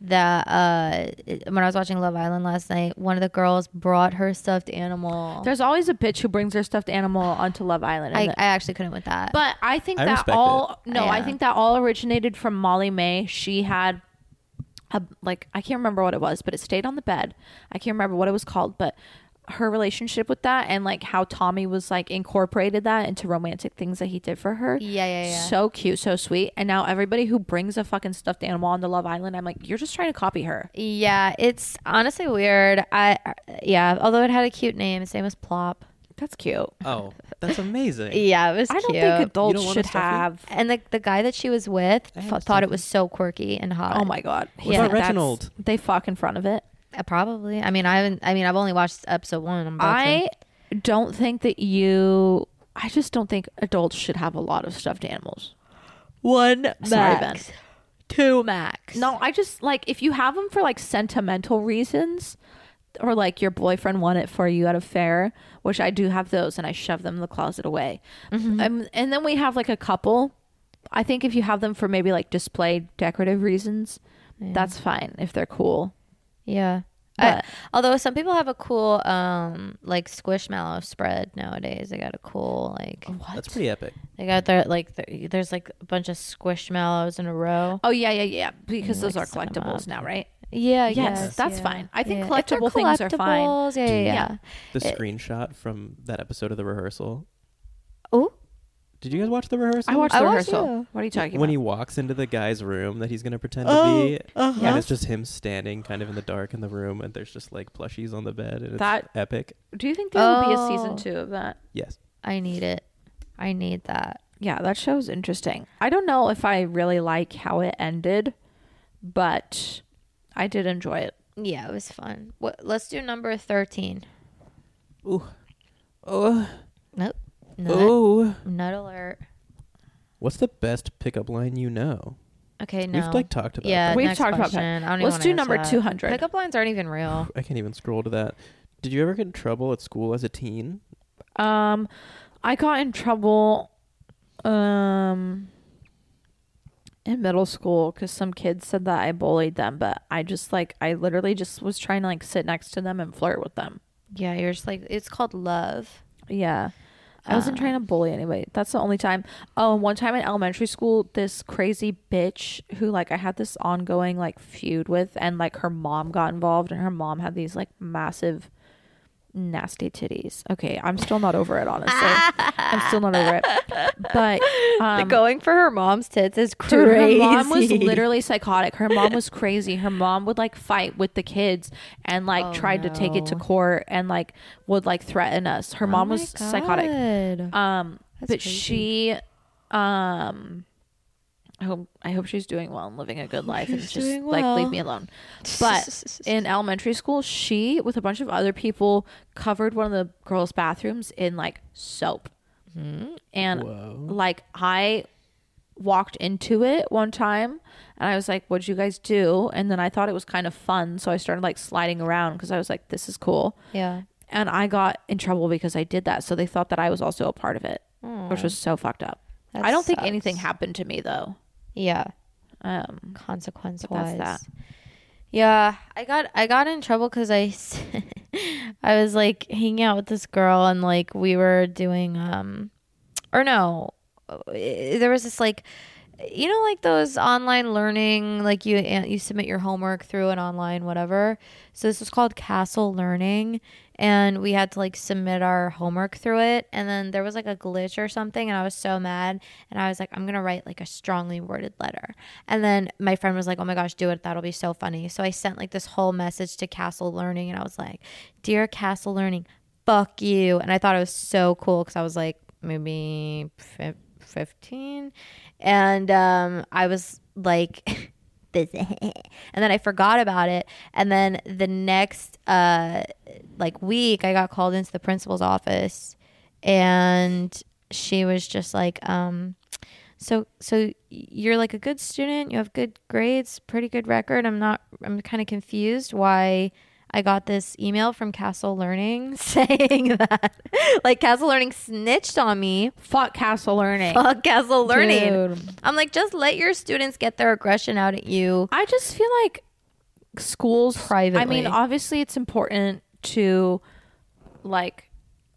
Speaker 3: that uh, it- when I was watching Love Island last night, one of the girls brought her stuffed animal.
Speaker 2: There's always a bitch who brings her stuffed animal onto Love Island.
Speaker 3: I,
Speaker 2: and
Speaker 3: I
Speaker 2: the-
Speaker 3: actually couldn't with that.
Speaker 2: but I think
Speaker 4: I
Speaker 2: that
Speaker 4: respect
Speaker 2: all no, I
Speaker 3: Yeah.
Speaker 2: think that all originated from Molly May. She had a like I can't remember what it was, but it stayed on the bed. I can't remember what it was called, but her relationship with that and like how Tommy was like incorporated that into romantic things that he did for her.
Speaker 3: yeah, yeah, yeah.
Speaker 2: So cute, so sweet. And now everybody who brings a fucking stuffed animal onto Love Island, I'm like, you're just trying to copy her.
Speaker 3: yeah, it's honestly weird. I yeah, although it had a cute name, its name was Plop.
Speaker 2: That's cute.
Speaker 4: Oh, [LAUGHS] that's amazing.
Speaker 3: Yeah, it was.
Speaker 2: I don't
Speaker 3: cute.
Speaker 2: think
Speaker 4: You
Speaker 2: adults
Speaker 4: don't want a
Speaker 2: should
Speaker 4: stuffy?
Speaker 2: have.
Speaker 3: And the the guy that she was with
Speaker 4: I had
Speaker 3: f-
Speaker 4: a
Speaker 3: thought it was so quirky and hot.
Speaker 2: Oh my god.
Speaker 4: What about
Speaker 2: that's-
Speaker 4: Reginald?
Speaker 2: They fuck in front of it.
Speaker 3: Uh, probably. I mean, I haven't. I mean, I've only watched episode one. I'm about to-
Speaker 2: I don't think that you. I just don't think adults should have a lot of stuffed animals.
Speaker 3: One
Speaker 2: Sorry,
Speaker 3: max. two max.
Speaker 2: No, I just like if you have them for like sentimental reasons or like your boyfriend won it for you at a fair, which I do have those and I shove them in the closet away.
Speaker 3: Mm-hmm.
Speaker 2: Um, and then we have like a couple. I think if you have them for maybe like display decorative reasons, that's fine if they're cool.
Speaker 3: Yeah. I,
Speaker 2: But-
Speaker 3: although some people have a cool um like squishmallow spread nowadays. They got a cool like
Speaker 2: Oh.
Speaker 4: That's pretty epic.
Speaker 3: they got their like th there's like a bunch of squishmallows in a row.
Speaker 2: Oh yeah, yeah, yeah. Because those are
Speaker 3: like, set 'em
Speaker 2: collectibles
Speaker 3: up.
Speaker 2: now, right?
Speaker 3: Yeah,
Speaker 2: Yes, that's fine. I think collectible things are fine.
Speaker 3: Yeah, yeah, yeah.
Speaker 2: yeah.
Speaker 4: The screenshot from that episode of the rehearsal.
Speaker 3: Oh,
Speaker 4: Did you guys watch the rehearsal?
Speaker 2: I watched the Oh,
Speaker 3: I watched
Speaker 2: rehearsal.
Speaker 3: you.
Speaker 2: What are you talking
Speaker 4: when
Speaker 2: about?
Speaker 4: he walks into the guy's room that he's gonna pretend to be,
Speaker 2: uh-huh.
Speaker 4: and it's just him standing kind of in the dark in the room, and there's just like plushies on the bed, and it's
Speaker 2: That-
Speaker 4: epic.
Speaker 2: do you think there will be a
Speaker 3: Oh.
Speaker 2: season two of that?
Speaker 4: Yes,
Speaker 3: I need it. I need that.
Speaker 2: Yeah, that show's interesting. I don't know if I really like how it ended, but I did enjoy it.
Speaker 3: Yeah, it was fun. What, let's do number thirteen.
Speaker 4: Oh,
Speaker 3: Nope. Nut,
Speaker 4: oh.
Speaker 3: nut alert.
Speaker 4: What's the best pickup line you know?
Speaker 3: Okay, no.
Speaker 4: We've like talked about.
Speaker 3: yeah,
Speaker 4: that.
Speaker 2: We've
Speaker 3: next
Speaker 2: talked about
Speaker 3: question. I don't even
Speaker 2: Let's
Speaker 3: wanna
Speaker 2: do
Speaker 3: answer
Speaker 2: number
Speaker 3: that.
Speaker 2: 200.
Speaker 3: Pickup lines aren't even real.
Speaker 4: I can't even scroll to that. Did you ever get in trouble at school as a teen?
Speaker 2: Um, I got in trouble, um, in middle school because some kids said that I bullied them, but I just like I literally just was trying to like sit next to them and flirt with them.
Speaker 3: Yeah, you're just like it's called love.
Speaker 2: Yeah. I wasn't trying to
Speaker 3: Uh.
Speaker 2: bully anybody. That's the only time. Oh, and one time in elementary school, this crazy bitch who like I had this ongoing like feud with and like her mom got involved and her mom had these like massive nasty titties. Okay, I'm still not over it honestly. I'm still not over it.
Speaker 3: [LAUGHS]
Speaker 2: But um
Speaker 3: Going for her mom's tits is
Speaker 2: Dude,
Speaker 3: crazy.
Speaker 2: her mom was
Speaker 3: [LAUGHS]
Speaker 2: literally psychotic. Her mom was crazy. Her mom would like fight with the kids and like tried to take it to
Speaker 3: Oh, no. Oh
Speaker 2: court and like would like threaten us. Her mom was psychotic. Um,
Speaker 3: That's
Speaker 2: but
Speaker 3: crazy.
Speaker 2: she, um, I hope I hope she's doing well and living a good life and
Speaker 3: she's
Speaker 2: just
Speaker 3: doing
Speaker 2: like
Speaker 3: well.
Speaker 2: leave me alone.
Speaker 3: [LAUGHS]
Speaker 2: But in elementary school, she with a bunch of other people covered one of the girls' bathrooms in like soap,
Speaker 3: Hmm.
Speaker 2: and like I walked into it one time and I was like, "What'd you guys do?" And then I thought it was kind of fun, so I started like sliding around because I was like, "This is cool."
Speaker 3: Yeah.
Speaker 2: and I got in trouble because I did that. So they thought that I was also a part of it, which was so fucked up.
Speaker 3: That
Speaker 2: I don't think
Speaker 3: sucks.
Speaker 2: anything happened to me though.
Speaker 3: Yeah.
Speaker 2: Um,
Speaker 3: Consequence
Speaker 2: that's
Speaker 3: wise.
Speaker 2: that.
Speaker 3: Yeah, I got I got in trouble because I s- [LAUGHS] I was like hanging out with this girl and like we were doing um or no uh, there was this like you know like those online learning like you you submit your homework through an online whatever so this was called castle learning and we had to like submit our homework through it and then there was like a glitch or something and i was so mad and i was like i'm gonna write like a strongly worded letter and then my friend was like oh my gosh do it that'll be so funny so i sent like this whole message to castle learning and i was like dear castle learning fuck you and i thought it was so cool because i was like maybe fif- 15 and um i was like [LAUGHS] this and then i forgot about it and then the next uh like week i got called into the principal's office and she was just like um so so you're like a good student you have good grades pretty good record i'm not i'm kind of confused why i got this email from castle learning [LAUGHS] saying that like castle learning snitched on me
Speaker 2: fuck Castle Learning.
Speaker 3: fuck castle learning
Speaker 2: Dude.
Speaker 3: i'm like just let your students get their aggression out at you
Speaker 2: I just feel like schools I
Speaker 3: Privately.
Speaker 2: mean, obviously, it's important to like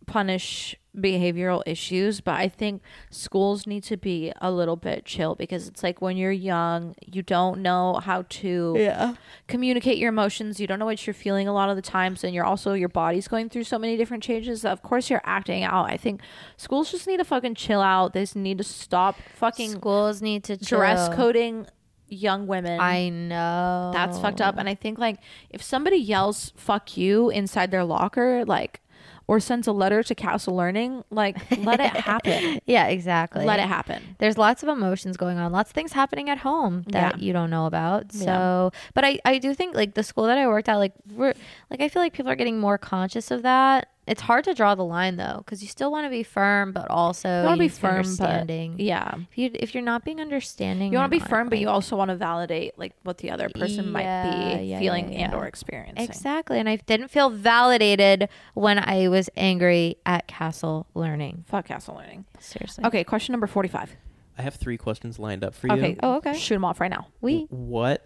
Speaker 2: punish behavioral issues, but I think schools need to be a little bit chill because it's like when you're young, you don't know how to communicate your emotions. You don't know what you're feeling a lot of the times, and you're also your body's going through so many different changes. That of course, you're acting out. I think schools just need to fucking chill out. They just need to stop fucking
Speaker 3: schools need to chill.
Speaker 2: dress coding young women.
Speaker 3: i know
Speaker 2: That's fucked up. And
Speaker 3: Oh.
Speaker 2: I think like if somebody yells "fuck you" inside their locker, like, or sends a letter to Castle Learning, like, let
Speaker 3: [LAUGHS]
Speaker 2: it happen.
Speaker 3: yeah exactly
Speaker 2: let it happen.
Speaker 3: there's lots of emotions going on lots of things happening at home that
Speaker 2: Yeah.
Speaker 3: you don't know about so but I, I do think like the school that i worked at like we're like i feel like people are getting more conscious of that It's hard to draw the line though, because you still want to be firm, but also
Speaker 2: You
Speaker 3: you
Speaker 2: want to be
Speaker 3: need
Speaker 2: firm, but
Speaker 3: understanding. Oh
Speaker 2: yeah,
Speaker 3: If you if you're not being understanding,
Speaker 2: you want to
Speaker 3: you're
Speaker 2: be
Speaker 3: not,
Speaker 2: firm, but you
Speaker 3: like-
Speaker 2: also want to validate like what the other person might
Speaker 3: Yeah,
Speaker 2: be
Speaker 3: yeah,
Speaker 2: feeling
Speaker 3: yeah,
Speaker 2: and
Speaker 3: yeah.
Speaker 2: or experiencing.
Speaker 3: exactly. And I didn't feel validated when I was angry at Castle Learning.
Speaker 2: Fuck castle learning.
Speaker 3: Seriously.
Speaker 2: Okay, question number forty-five.
Speaker 4: I have three questions lined up for
Speaker 2: Okay,
Speaker 4: you.
Speaker 3: Oh, okay.
Speaker 2: Shoot them off right now.
Speaker 3: We
Speaker 4: What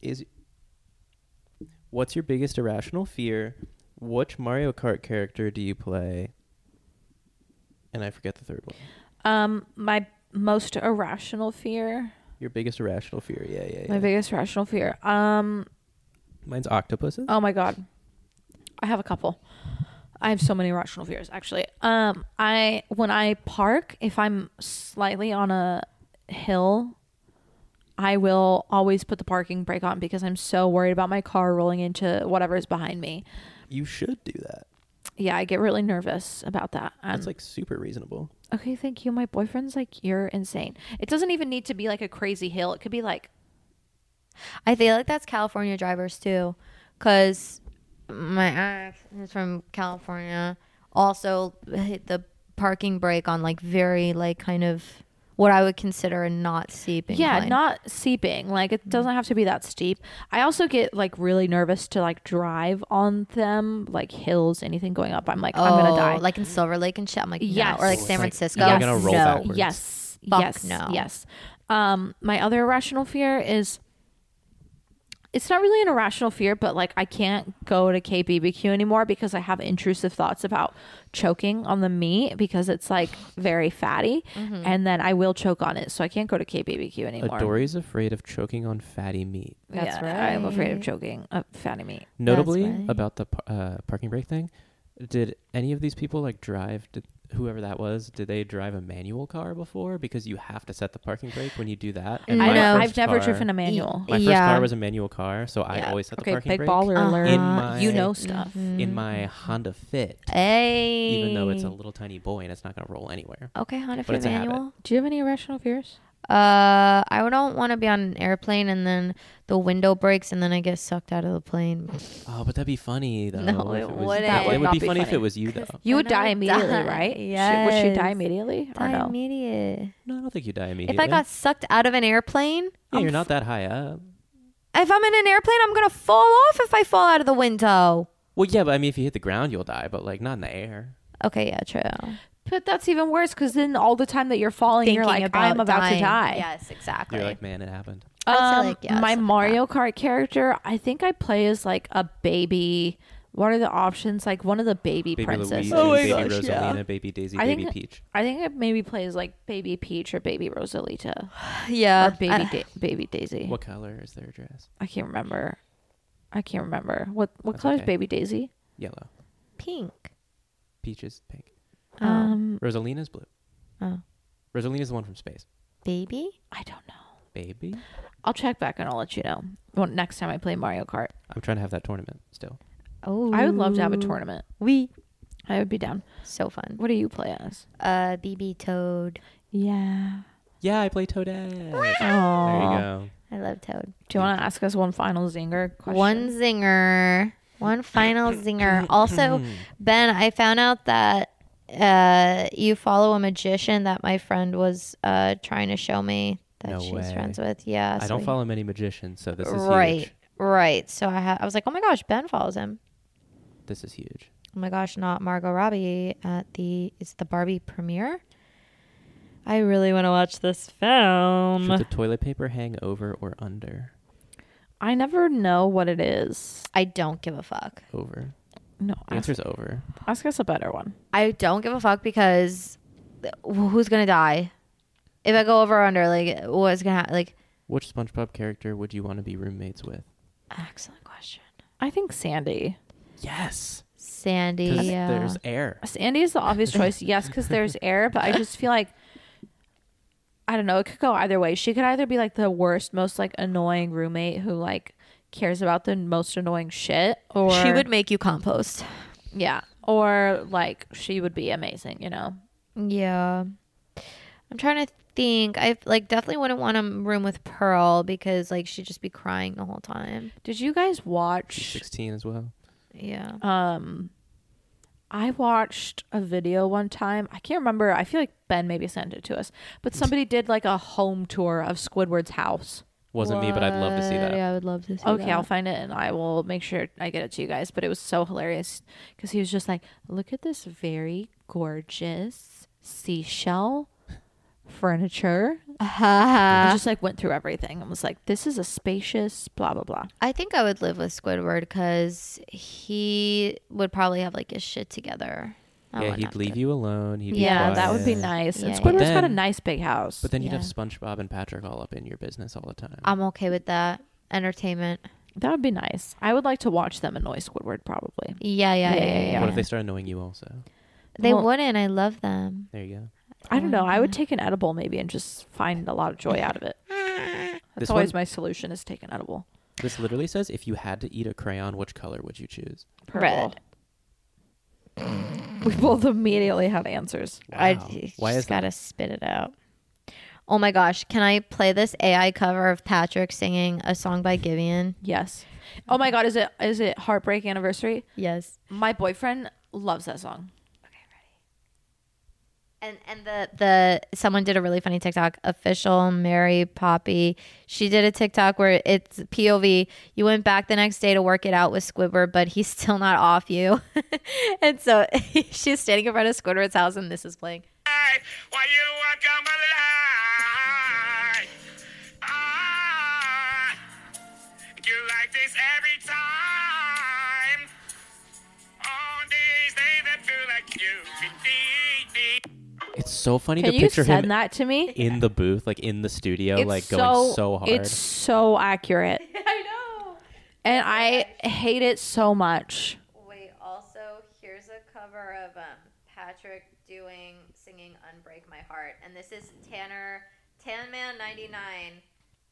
Speaker 4: is What's your biggest irrational fear? Which Mario Kart character do you play? And I forget the third one.
Speaker 2: Um, my most irrational fear.
Speaker 4: Your biggest irrational fear. Yeah, yeah, yeah.
Speaker 2: My biggest irrational fear. Um,
Speaker 4: Mine's octopuses.
Speaker 2: Oh my god. I have a couple. I have so many irrational fears actually. Um I when I park if I'm slightly on a hill I will always put the parking brake on because I'm so worried about my car rolling into whatever is behind me.
Speaker 4: You should do that.
Speaker 2: Yeah, I get really nervous about that. Um,
Speaker 4: That's like super reasonable.
Speaker 2: okay, thank you. My boyfriend's like, you're insane. It doesn't even need to be like a crazy hill. It could be like,
Speaker 3: I feel like that's California drivers too, because my ex is from California. Also, hit the parking brake on like very like kind of what I would consider a not steep
Speaker 2: yeah,
Speaker 3: incline.
Speaker 2: not seeping. Like it doesn't have to be that steep. I also get like really nervous to like drive on them, like hills, anything going up. I'm like, I'm gonna
Speaker 3: Oh,
Speaker 2: die.
Speaker 3: like in Silver Lake and shit. I'm like, yeah,
Speaker 2: Yes.
Speaker 3: or like
Speaker 2: Oh,
Speaker 3: San
Speaker 4: it's like,
Speaker 3: Francisco.
Speaker 4: you're gonna roll
Speaker 3: no.
Speaker 4: backwards.
Speaker 2: yes,
Speaker 3: Fuck
Speaker 2: yes,
Speaker 3: no.
Speaker 2: yes. Um, my other irrational fear is. It's not really an irrational fear, but like I can't go to KBBQ anymore because I have intrusive thoughts about choking on the meat because it's like very fatty,
Speaker 3: Mm.
Speaker 2: and then I will choke on it, so I can't go to KBBQ anymore.
Speaker 4: Adori's afraid of choking on fatty meat.
Speaker 3: That's
Speaker 2: I'm afraid of
Speaker 3: right.
Speaker 2: choking up fatty meat.
Speaker 4: Notably
Speaker 3: right.
Speaker 4: about the par- uh, parking brake thing, did any of these people like drive? Did whoever that was, did they drive a manual car before? Because you have to set the parking brake when you do that.
Speaker 2: Mm.
Speaker 3: I
Speaker 4: my
Speaker 3: know.
Speaker 4: first
Speaker 2: I've never
Speaker 4: car-
Speaker 2: driven a manual.
Speaker 4: My first
Speaker 3: Yeah.
Speaker 4: car was a manual car, so I
Speaker 3: Yeah.
Speaker 4: always set the
Speaker 2: Okay,
Speaker 4: parking
Speaker 2: big
Speaker 4: brake
Speaker 2: baller
Speaker 3: Uh-huh.
Speaker 2: alert.
Speaker 4: In my-
Speaker 2: you know stuff.
Speaker 4: in my Honda Fit,
Speaker 3: Hey,
Speaker 4: even though it's a little tiny boy and it's not gonna roll anywhere.
Speaker 3: okay Honda
Speaker 4: but
Speaker 3: Fit
Speaker 4: it's a habit.
Speaker 3: manual.
Speaker 2: Do you have any irrational fears?
Speaker 3: Uh, I don't want to be on an airplane and then the window breaks and then I get sucked out of the plane.
Speaker 4: Oh, but that'd be funny though.
Speaker 3: No,
Speaker 4: if
Speaker 3: it
Speaker 4: was-
Speaker 3: wouldn't.
Speaker 2: That would
Speaker 4: It would
Speaker 2: not
Speaker 4: be
Speaker 2: be
Speaker 4: funny if
Speaker 2: funny.
Speaker 4: it
Speaker 2: [LAUGHS]
Speaker 4: was you though.
Speaker 2: You would
Speaker 3: And I
Speaker 2: die
Speaker 3: would
Speaker 2: immediately,
Speaker 3: die.
Speaker 2: right? She- would she die
Speaker 3: Yes.
Speaker 2: immediately or
Speaker 3: Die
Speaker 2: no?
Speaker 3: immediate.
Speaker 4: No, I don't think you die immediately.
Speaker 3: If I got sucked out of an airplane,
Speaker 4: yeah,
Speaker 3: I'm
Speaker 4: you're
Speaker 3: f-
Speaker 4: not that high up.
Speaker 3: if I'm in an airplane, I'm gonna fall off if I fall out of the window.
Speaker 4: Well, yeah, but I mean, if you hit the ground, you'll die, but like not in the air.
Speaker 3: Okay, yeah, true.
Speaker 2: But that's even worse because then all the time that you're falling, you're like, I'm about to die.
Speaker 3: Yes, exactly.
Speaker 4: You're like, man, it happened.
Speaker 3: I'd say,
Speaker 2: Um,
Speaker 3: like, yeah,
Speaker 2: my
Speaker 3: something like
Speaker 2: Mario Kart character, I think I play as like a baby. What are the options? Like one of the baby,
Speaker 4: Baby
Speaker 2: princesses.
Speaker 4: Luigi, Oh, baby Rosalina, baby Daisy,
Speaker 2: I
Speaker 4: baby
Speaker 2: think-
Speaker 4: Peach.
Speaker 2: I think it maybe plays like Baby Peach or Baby Rosalita
Speaker 3: [LAUGHS] yeah, Uh,
Speaker 2: or Baby
Speaker 3: I-
Speaker 2: da- Baby Daisy.
Speaker 4: What color is their dress?
Speaker 2: I can't remember. I can't remember what what
Speaker 4: That's
Speaker 2: color is
Speaker 4: okay.
Speaker 2: Baby Daisy.
Speaker 4: Yellow.
Speaker 3: pink.
Speaker 4: Peach is pink.
Speaker 3: Oh.
Speaker 2: Um,
Speaker 4: Rosalina's blue.
Speaker 3: Oh.
Speaker 4: Rosalina's the one from space.
Speaker 3: baby.
Speaker 2: I don't know.
Speaker 4: Baby?
Speaker 2: I'll check back and I'll let you know when next time I play Mario Kart.
Speaker 4: I'm trying to have that tournament still.
Speaker 3: Oh,
Speaker 2: I would love to have a tournament.
Speaker 3: We
Speaker 2: I would be down.
Speaker 3: so fun.
Speaker 2: What do you play as?
Speaker 3: Uh, BB Toad.
Speaker 2: Yeah.
Speaker 4: Yeah, I play Toadette. There you
Speaker 2: Oh.
Speaker 4: go.
Speaker 3: I love Toad.
Speaker 2: Do you want to ask us one final zinger question?
Speaker 3: One zinger. One
Speaker 4: [COUGHS]
Speaker 3: final zinger. Also, Ben, I found out that uh, you follow a magician that my friend was uh, trying to show me that
Speaker 4: No
Speaker 3: she's
Speaker 4: way.
Speaker 3: friends with. Yeah.
Speaker 4: I
Speaker 3: so
Speaker 4: don't
Speaker 3: he-
Speaker 4: follow many magicians, so this is
Speaker 3: right.
Speaker 4: huge.
Speaker 3: Right. So I ha- I was like, oh my gosh, Ben follows him.
Speaker 4: This is huge.
Speaker 3: Oh my gosh, not Margot Robbie at the it's the Barbie premiere. I really want to watch this film.
Speaker 4: Should the toilet paper hang over or under?
Speaker 2: I never know what it is.
Speaker 3: I don't give a fuck.
Speaker 4: Over.
Speaker 2: No.
Speaker 4: The
Speaker 2: Ask,
Speaker 4: answer's over.
Speaker 2: ask us a better one.
Speaker 3: I don't give a fuck because th- who's gonna die if I go over or under? Like, what's gonna happen? Like,
Speaker 4: Which SpongeBob character would you want to be roommates with?
Speaker 3: excellent question,
Speaker 2: I think Sandy.
Speaker 4: Yes.
Speaker 3: Sandy. uh,
Speaker 4: Because
Speaker 3: Yeah.
Speaker 4: there's air.
Speaker 2: Sandy is the obvious choice,
Speaker 3: [LAUGHS]
Speaker 2: yes, because there's air, but I just feel like I don't know. It could go either way. She could either be like the worst, most like annoying roommate who like cares about the most annoying shit, or
Speaker 3: she would make you compost.
Speaker 2: yeah, or like she would be amazing. You know,
Speaker 3: Yeah. I'm trying to think. I like definitely wouldn't want a room with Pearl because like she'd just be crying the whole time.
Speaker 2: did you guys watch?
Speaker 4: 16 as well.
Speaker 3: Yeah.
Speaker 2: Um, I watched a video one time. I can't remember. I feel like Ben maybe sent it to us, but somebody did like a home tour of Squidward's house.
Speaker 4: Wasn't me, but I'd love to see
Speaker 3: What?
Speaker 4: that.
Speaker 3: Yeah, I would love to see
Speaker 2: Okay,
Speaker 3: that.
Speaker 2: I'll find it and I will make sure I get it to you guys. But it was so hilarious because he was just like, look at this very gorgeous seashell furniture.
Speaker 3: [LAUGHS] Ha,
Speaker 2: I
Speaker 3: ha.
Speaker 2: just like went through everything and was like, this is a spacious blah, blah, blah.
Speaker 3: I think I would live with Squidward because he would probably have like his shit together. I
Speaker 4: Yeah,
Speaker 3: would
Speaker 4: he'd
Speaker 3: not
Speaker 4: leave
Speaker 3: do-
Speaker 4: you alone. He'd be
Speaker 2: Yeah, that would be
Speaker 4: quiet.
Speaker 2: nice.
Speaker 3: Yeah,
Speaker 2: and
Speaker 3: yeah.
Speaker 2: Squidward's got a
Speaker 4: Then-
Speaker 2: nice big house.
Speaker 4: But then you'd have
Speaker 3: Yeah.
Speaker 4: SpongeBob and Patrick all up in your business all the time.
Speaker 2: Um,
Speaker 3: I'm okay with that. Entertainment.
Speaker 2: that would be nice. I would like to watch them annoy Squidward probably.
Speaker 3: Yeah, yeah, yeah, yeah. yeah,
Speaker 4: What if they start annoying you also?
Speaker 3: They
Speaker 2: Well-
Speaker 3: wouldn't. I love them.
Speaker 4: There you go.
Speaker 2: I don't know. I would take an edible maybe and just find a lot of joy out of it. That's
Speaker 4: This
Speaker 2: always
Speaker 4: one-
Speaker 2: my solution is take an edible.
Speaker 4: This literally says if you had to eat a crayon, which color would you choose?
Speaker 2: Purple. we both immediately have answers.
Speaker 3: I
Speaker 4: Wow.
Speaker 3: just
Speaker 4: Why is that?
Speaker 3: gotta spit it out. Oh my gosh! Can I play this AI cover of Patrick singing a song by Gibeon?
Speaker 2: Yes. Oh my god, is it is it Heartbreak Anniversary?
Speaker 3: Yes.
Speaker 2: My boyfriend loves that song.
Speaker 3: And and the the someone did a really funny TikTok. Official Mary Poppy. She did a TikTok where it's POV. You went back the next day to work it out with Squidward, but he's still not off you. [LAUGHS] and so [LAUGHS] she's standing in front of Squidward's house, and this is playing.
Speaker 5: Why you are come alive? Ah, you like this every time. On days they that feel like you can need me.
Speaker 4: It's so funny
Speaker 2: Can
Speaker 4: to
Speaker 2: you
Speaker 4: picture
Speaker 2: send
Speaker 4: him
Speaker 2: that to me?
Speaker 4: in the booth, like in the studio, like going so hard.
Speaker 2: It's
Speaker 3: [LAUGHS]
Speaker 2: so accurate. I know. And I hate it so much.
Speaker 3: Wait, also here's a cover of um, Patrick doing singing "Unbreak My Heart," and this is Tanner Tanman ninety nine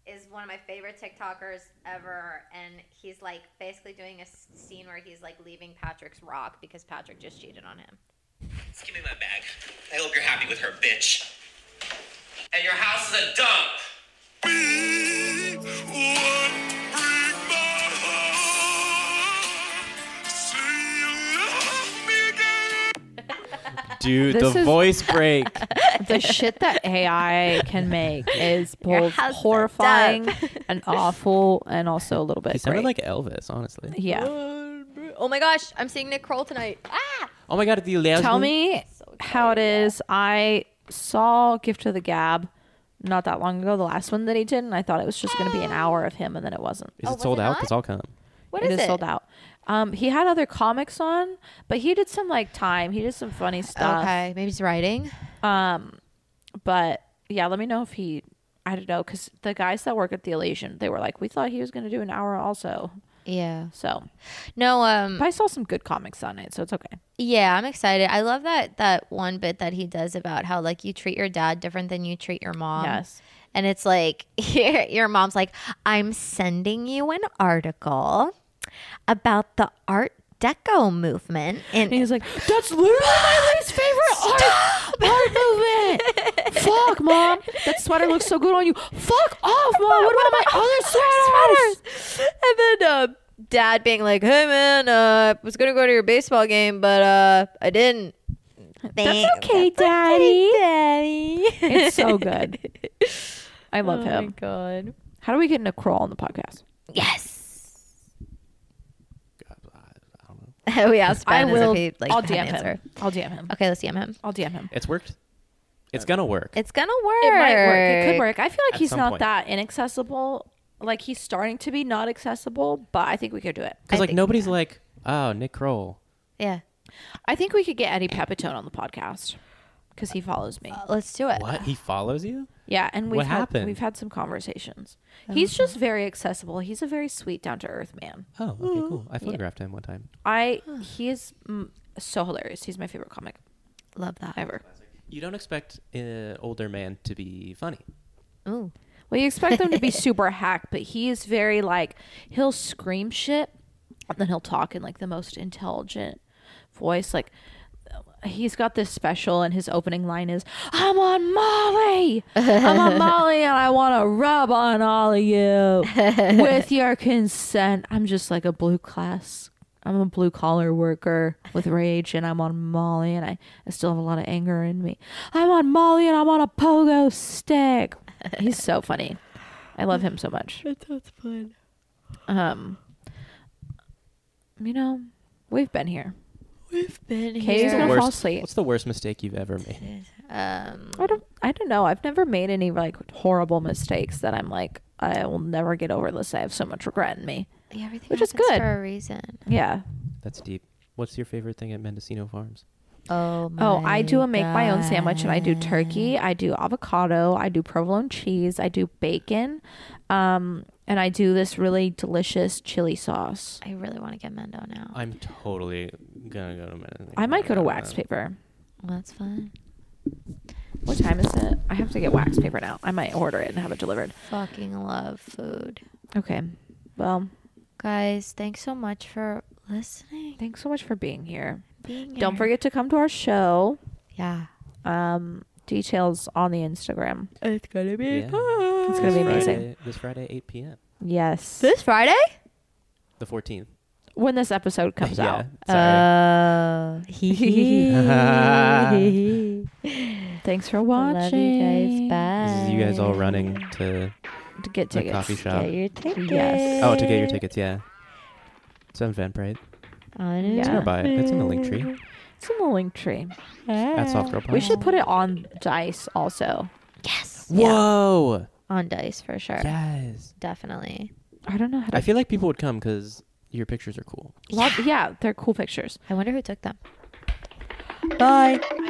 Speaker 3: is one of my favorite TikTokers ever, and he's like basically doing a s- scene where he's like leaving Patrick's rock because Patrick just cheated on him.
Speaker 6: Just give me my bag. I hope you're happy with her, bitch. And your house is a dump.
Speaker 5: Be one, bring my heart. Say you love me again.
Speaker 4: Dude,
Speaker 2: This
Speaker 4: the
Speaker 2: is-
Speaker 3: [LAUGHS]
Speaker 4: voice break.
Speaker 2: The shit that AI can
Speaker 4: [LAUGHS]
Speaker 2: make is
Speaker 3: Your
Speaker 2: both
Speaker 3: house is
Speaker 2: horrifying
Speaker 3: up.
Speaker 2: [LAUGHS] and awful and also a little bit
Speaker 4: he sounded
Speaker 2: great.
Speaker 4: like Elvis, honestly.
Speaker 2: yeah.
Speaker 3: Oh my gosh, I'm seeing Nick Kroll tonight. Ah,
Speaker 4: Oh my god, the last
Speaker 2: Tell
Speaker 4: one-
Speaker 2: me how it is. I saw Gift of the Gab not that long ago, the last one that he did, and I thought it was just going to
Speaker 4: [GASPS]
Speaker 2: be an hour of him, and then it wasn't.
Speaker 4: Is
Speaker 3: Oh,
Speaker 4: it
Speaker 3: was
Speaker 4: sold
Speaker 3: it
Speaker 4: out?
Speaker 3: not?
Speaker 4: Because I'll come.
Speaker 3: what
Speaker 2: it
Speaker 3: is
Speaker 2: is sold out. Um, he had other comics on, but he did some like time. He did some funny stuff.
Speaker 3: Okay, maybe he's writing.
Speaker 2: But yeah, let me know if he. I don't know because the guys that work at the Elysian, they were like, we thought he was going to do an hour also.
Speaker 3: Yeah.
Speaker 2: So,
Speaker 3: No. Um.
Speaker 2: but I saw some good comics on it, so it's okay.
Speaker 3: Yeah, I'm excited. I love that that one bit that he does about how like you treat your dad different than you treat your mom.
Speaker 2: Yes.
Speaker 3: And it's like [LAUGHS] your, your mom's like, "I'm sending you an article about the art deco movement."
Speaker 2: And
Speaker 3: And
Speaker 2: he's like, that's literally my least [LAUGHS] favorite art, art movement. [LAUGHS] Fuck, mom, that sweater looks so good on you. Fuck off, mom. What, about my [LAUGHS] other sweaters?
Speaker 3: [LAUGHS] and then uh, dad being like, "Hey man, uh, I was going to go to your baseball game, but uh I didn't."
Speaker 2: That's okay,
Speaker 3: [LAUGHS]
Speaker 2: daddy.
Speaker 3: Daddy.
Speaker 2: It's so good.
Speaker 3: [LAUGHS]
Speaker 2: I love
Speaker 3: Oh my
Speaker 2: him.
Speaker 3: god.
Speaker 2: How do we get into crawl on the podcast?
Speaker 3: Yes. [LAUGHS]
Speaker 4: God, I don't know.
Speaker 3: we asked Ben
Speaker 2: I will.
Speaker 3: if he like
Speaker 2: I'll
Speaker 3: had an
Speaker 2: DM
Speaker 3: answer.
Speaker 2: him. I'll DM him.
Speaker 3: Okay, let's DM him.
Speaker 2: I'll DM him.
Speaker 4: It's worked. It's gonna work.
Speaker 3: It's gonna work.
Speaker 2: It might work. It could work. I feel like
Speaker 4: At
Speaker 2: he's
Speaker 4: some
Speaker 2: not
Speaker 4: point.
Speaker 2: that inaccessible. Like he's starting to be not accessible, but I think we could do it.
Speaker 4: Because
Speaker 3: I
Speaker 4: like
Speaker 3: think-
Speaker 4: nobody's like, oh, Nick Kroll.
Speaker 3: Yeah.
Speaker 2: I think we could get Eddie Pepitone on the podcast because he follows me.
Speaker 3: Let's do it.
Speaker 4: What? He follows you?
Speaker 2: Yeah, and we've
Speaker 4: What
Speaker 2: had,
Speaker 4: happened?
Speaker 2: We've had some conversations.
Speaker 3: Oh,
Speaker 2: He's just very accessible. He's a very sweet, down to earth man.
Speaker 4: Oh, okay, cool. I photographed him one time.
Speaker 2: I he is mm, so hilarious. He's my favorite comic
Speaker 3: Love that.
Speaker 2: ever.
Speaker 4: You don't expect an older man to be funny.
Speaker 3: Ooh.
Speaker 2: Well, you expect them to be super hack, but he is very like he'll scream shit and then he'll talk in like the most intelligent voice. Like he's got this special, and his opening line is, "I'm on Molly, I'm on Molly, and I want to rub on all of you with your consent." I'm just like a blue class I'm a blue collar worker with rage and I'm on Molly and I, I still have a lot of anger in me. I'm on Molly and I'm on a pogo stick. He's so funny. I love him so [LAUGHS] much. That sounds fun. Um you know, we've been here.
Speaker 3: Been
Speaker 2: Katie's
Speaker 3: here.
Speaker 2: gonna
Speaker 4: Worst-
Speaker 2: fall asleep.
Speaker 4: What's the worst mistake you've ever made?
Speaker 3: Um,
Speaker 2: I don't I don't know. I've never made any like horrible mistakes that I'm like I will never get over this. I have so much regret in me.
Speaker 3: yeah, everything
Speaker 2: Which is
Speaker 3: happens
Speaker 2: good.
Speaker 3: for a reason.
Speaker 2: Yeah.
Speaker 4: That's deep. What's your favorite thing at Mendocino Farms?
Speaker 3: Oh, my
Speaker 2: Oh, I do a make my own sandwich and I do turkey, I do avocado, I do provolone cheese, I do bacon, um, and I do this really delicious chili sauce.
Speaker 3: I really want to get Mendo now.
Speaker 4: I'm totally gonna go to Mendocino.
Speaker 2: I might go to wax paper.
Speaker 3: Well, that's fun.
Speaker 2: What time is it? I have to get wax paper now. I might order it and have it delivered.
Speaker 3: Fucking love food.
Speaker 2: Okay. Well,
Speaker 3: Guys, thanks so much for listening.
Speaker 2: thanks so much for being here.
Speaker 3: Being
Speaker 2: Don't
Speaker 3: here.
Speaker 2: forget to come to our show.
Speaker 3: Yeah.
Speaker 2: Um, details on the Instagram.
Speaker 3: It's going to be
Speaker 4: It's
Speaker 2: gonna be amazing.
Speaker 4: This Friday, 8 p.m.
Speaker 2: Yes.
Speaker 3: This Friday?
Speaker 4: The 14th.
Speaker 2: When this episode [LAUGHS]
Speaker 4: [LAUGHS]
Speaker 2: comes out.
Speaker 4: Sorry.
Speaker 3: [LAUGHS] Oh.
Speaker 2: Uh,
Speaker 4: [LAUGHS]
Speaker 2: Thanks for
Speaker 3: Love
Speaker 2: watching.
Speaker 3: you guys. Bye.
Speaker 4: this is you guys all running to
Speaker 2: To get
Speaker 4: the
Speaker 2: tickets.
Speaker 4: coffee shop.
Speaker 3: Get your tickets.
Speaker 2: Yes.
Speaker 4: Oh, to get your tickets, yeah. It's on Eventbrite.
Speaker 3: On
Speaker 2: It's
Speaker 4: It's in our
Speaker 2: Yeah.
Speaker 4: bio. It's in the link tree
Speaker 2: It's in the link tree.
Speaker 4: at Soft Girl Pod.
Speaker 2: We should put it on Dice also.
Speaker 3: Yes.
Speaker 4: Whoa!
Speaker 3: On dice for sure.
Speaker 4: Yes.
Speaker 3: Definitely.
Speaker 2: I don't know how to.
Speaker 4: I feel like people would come because your pictures are cool.
Speaker 2: Love, yeah, they're cool pictures.
Speaker 3: I wonder who took them.
Speaker 2: Bye. I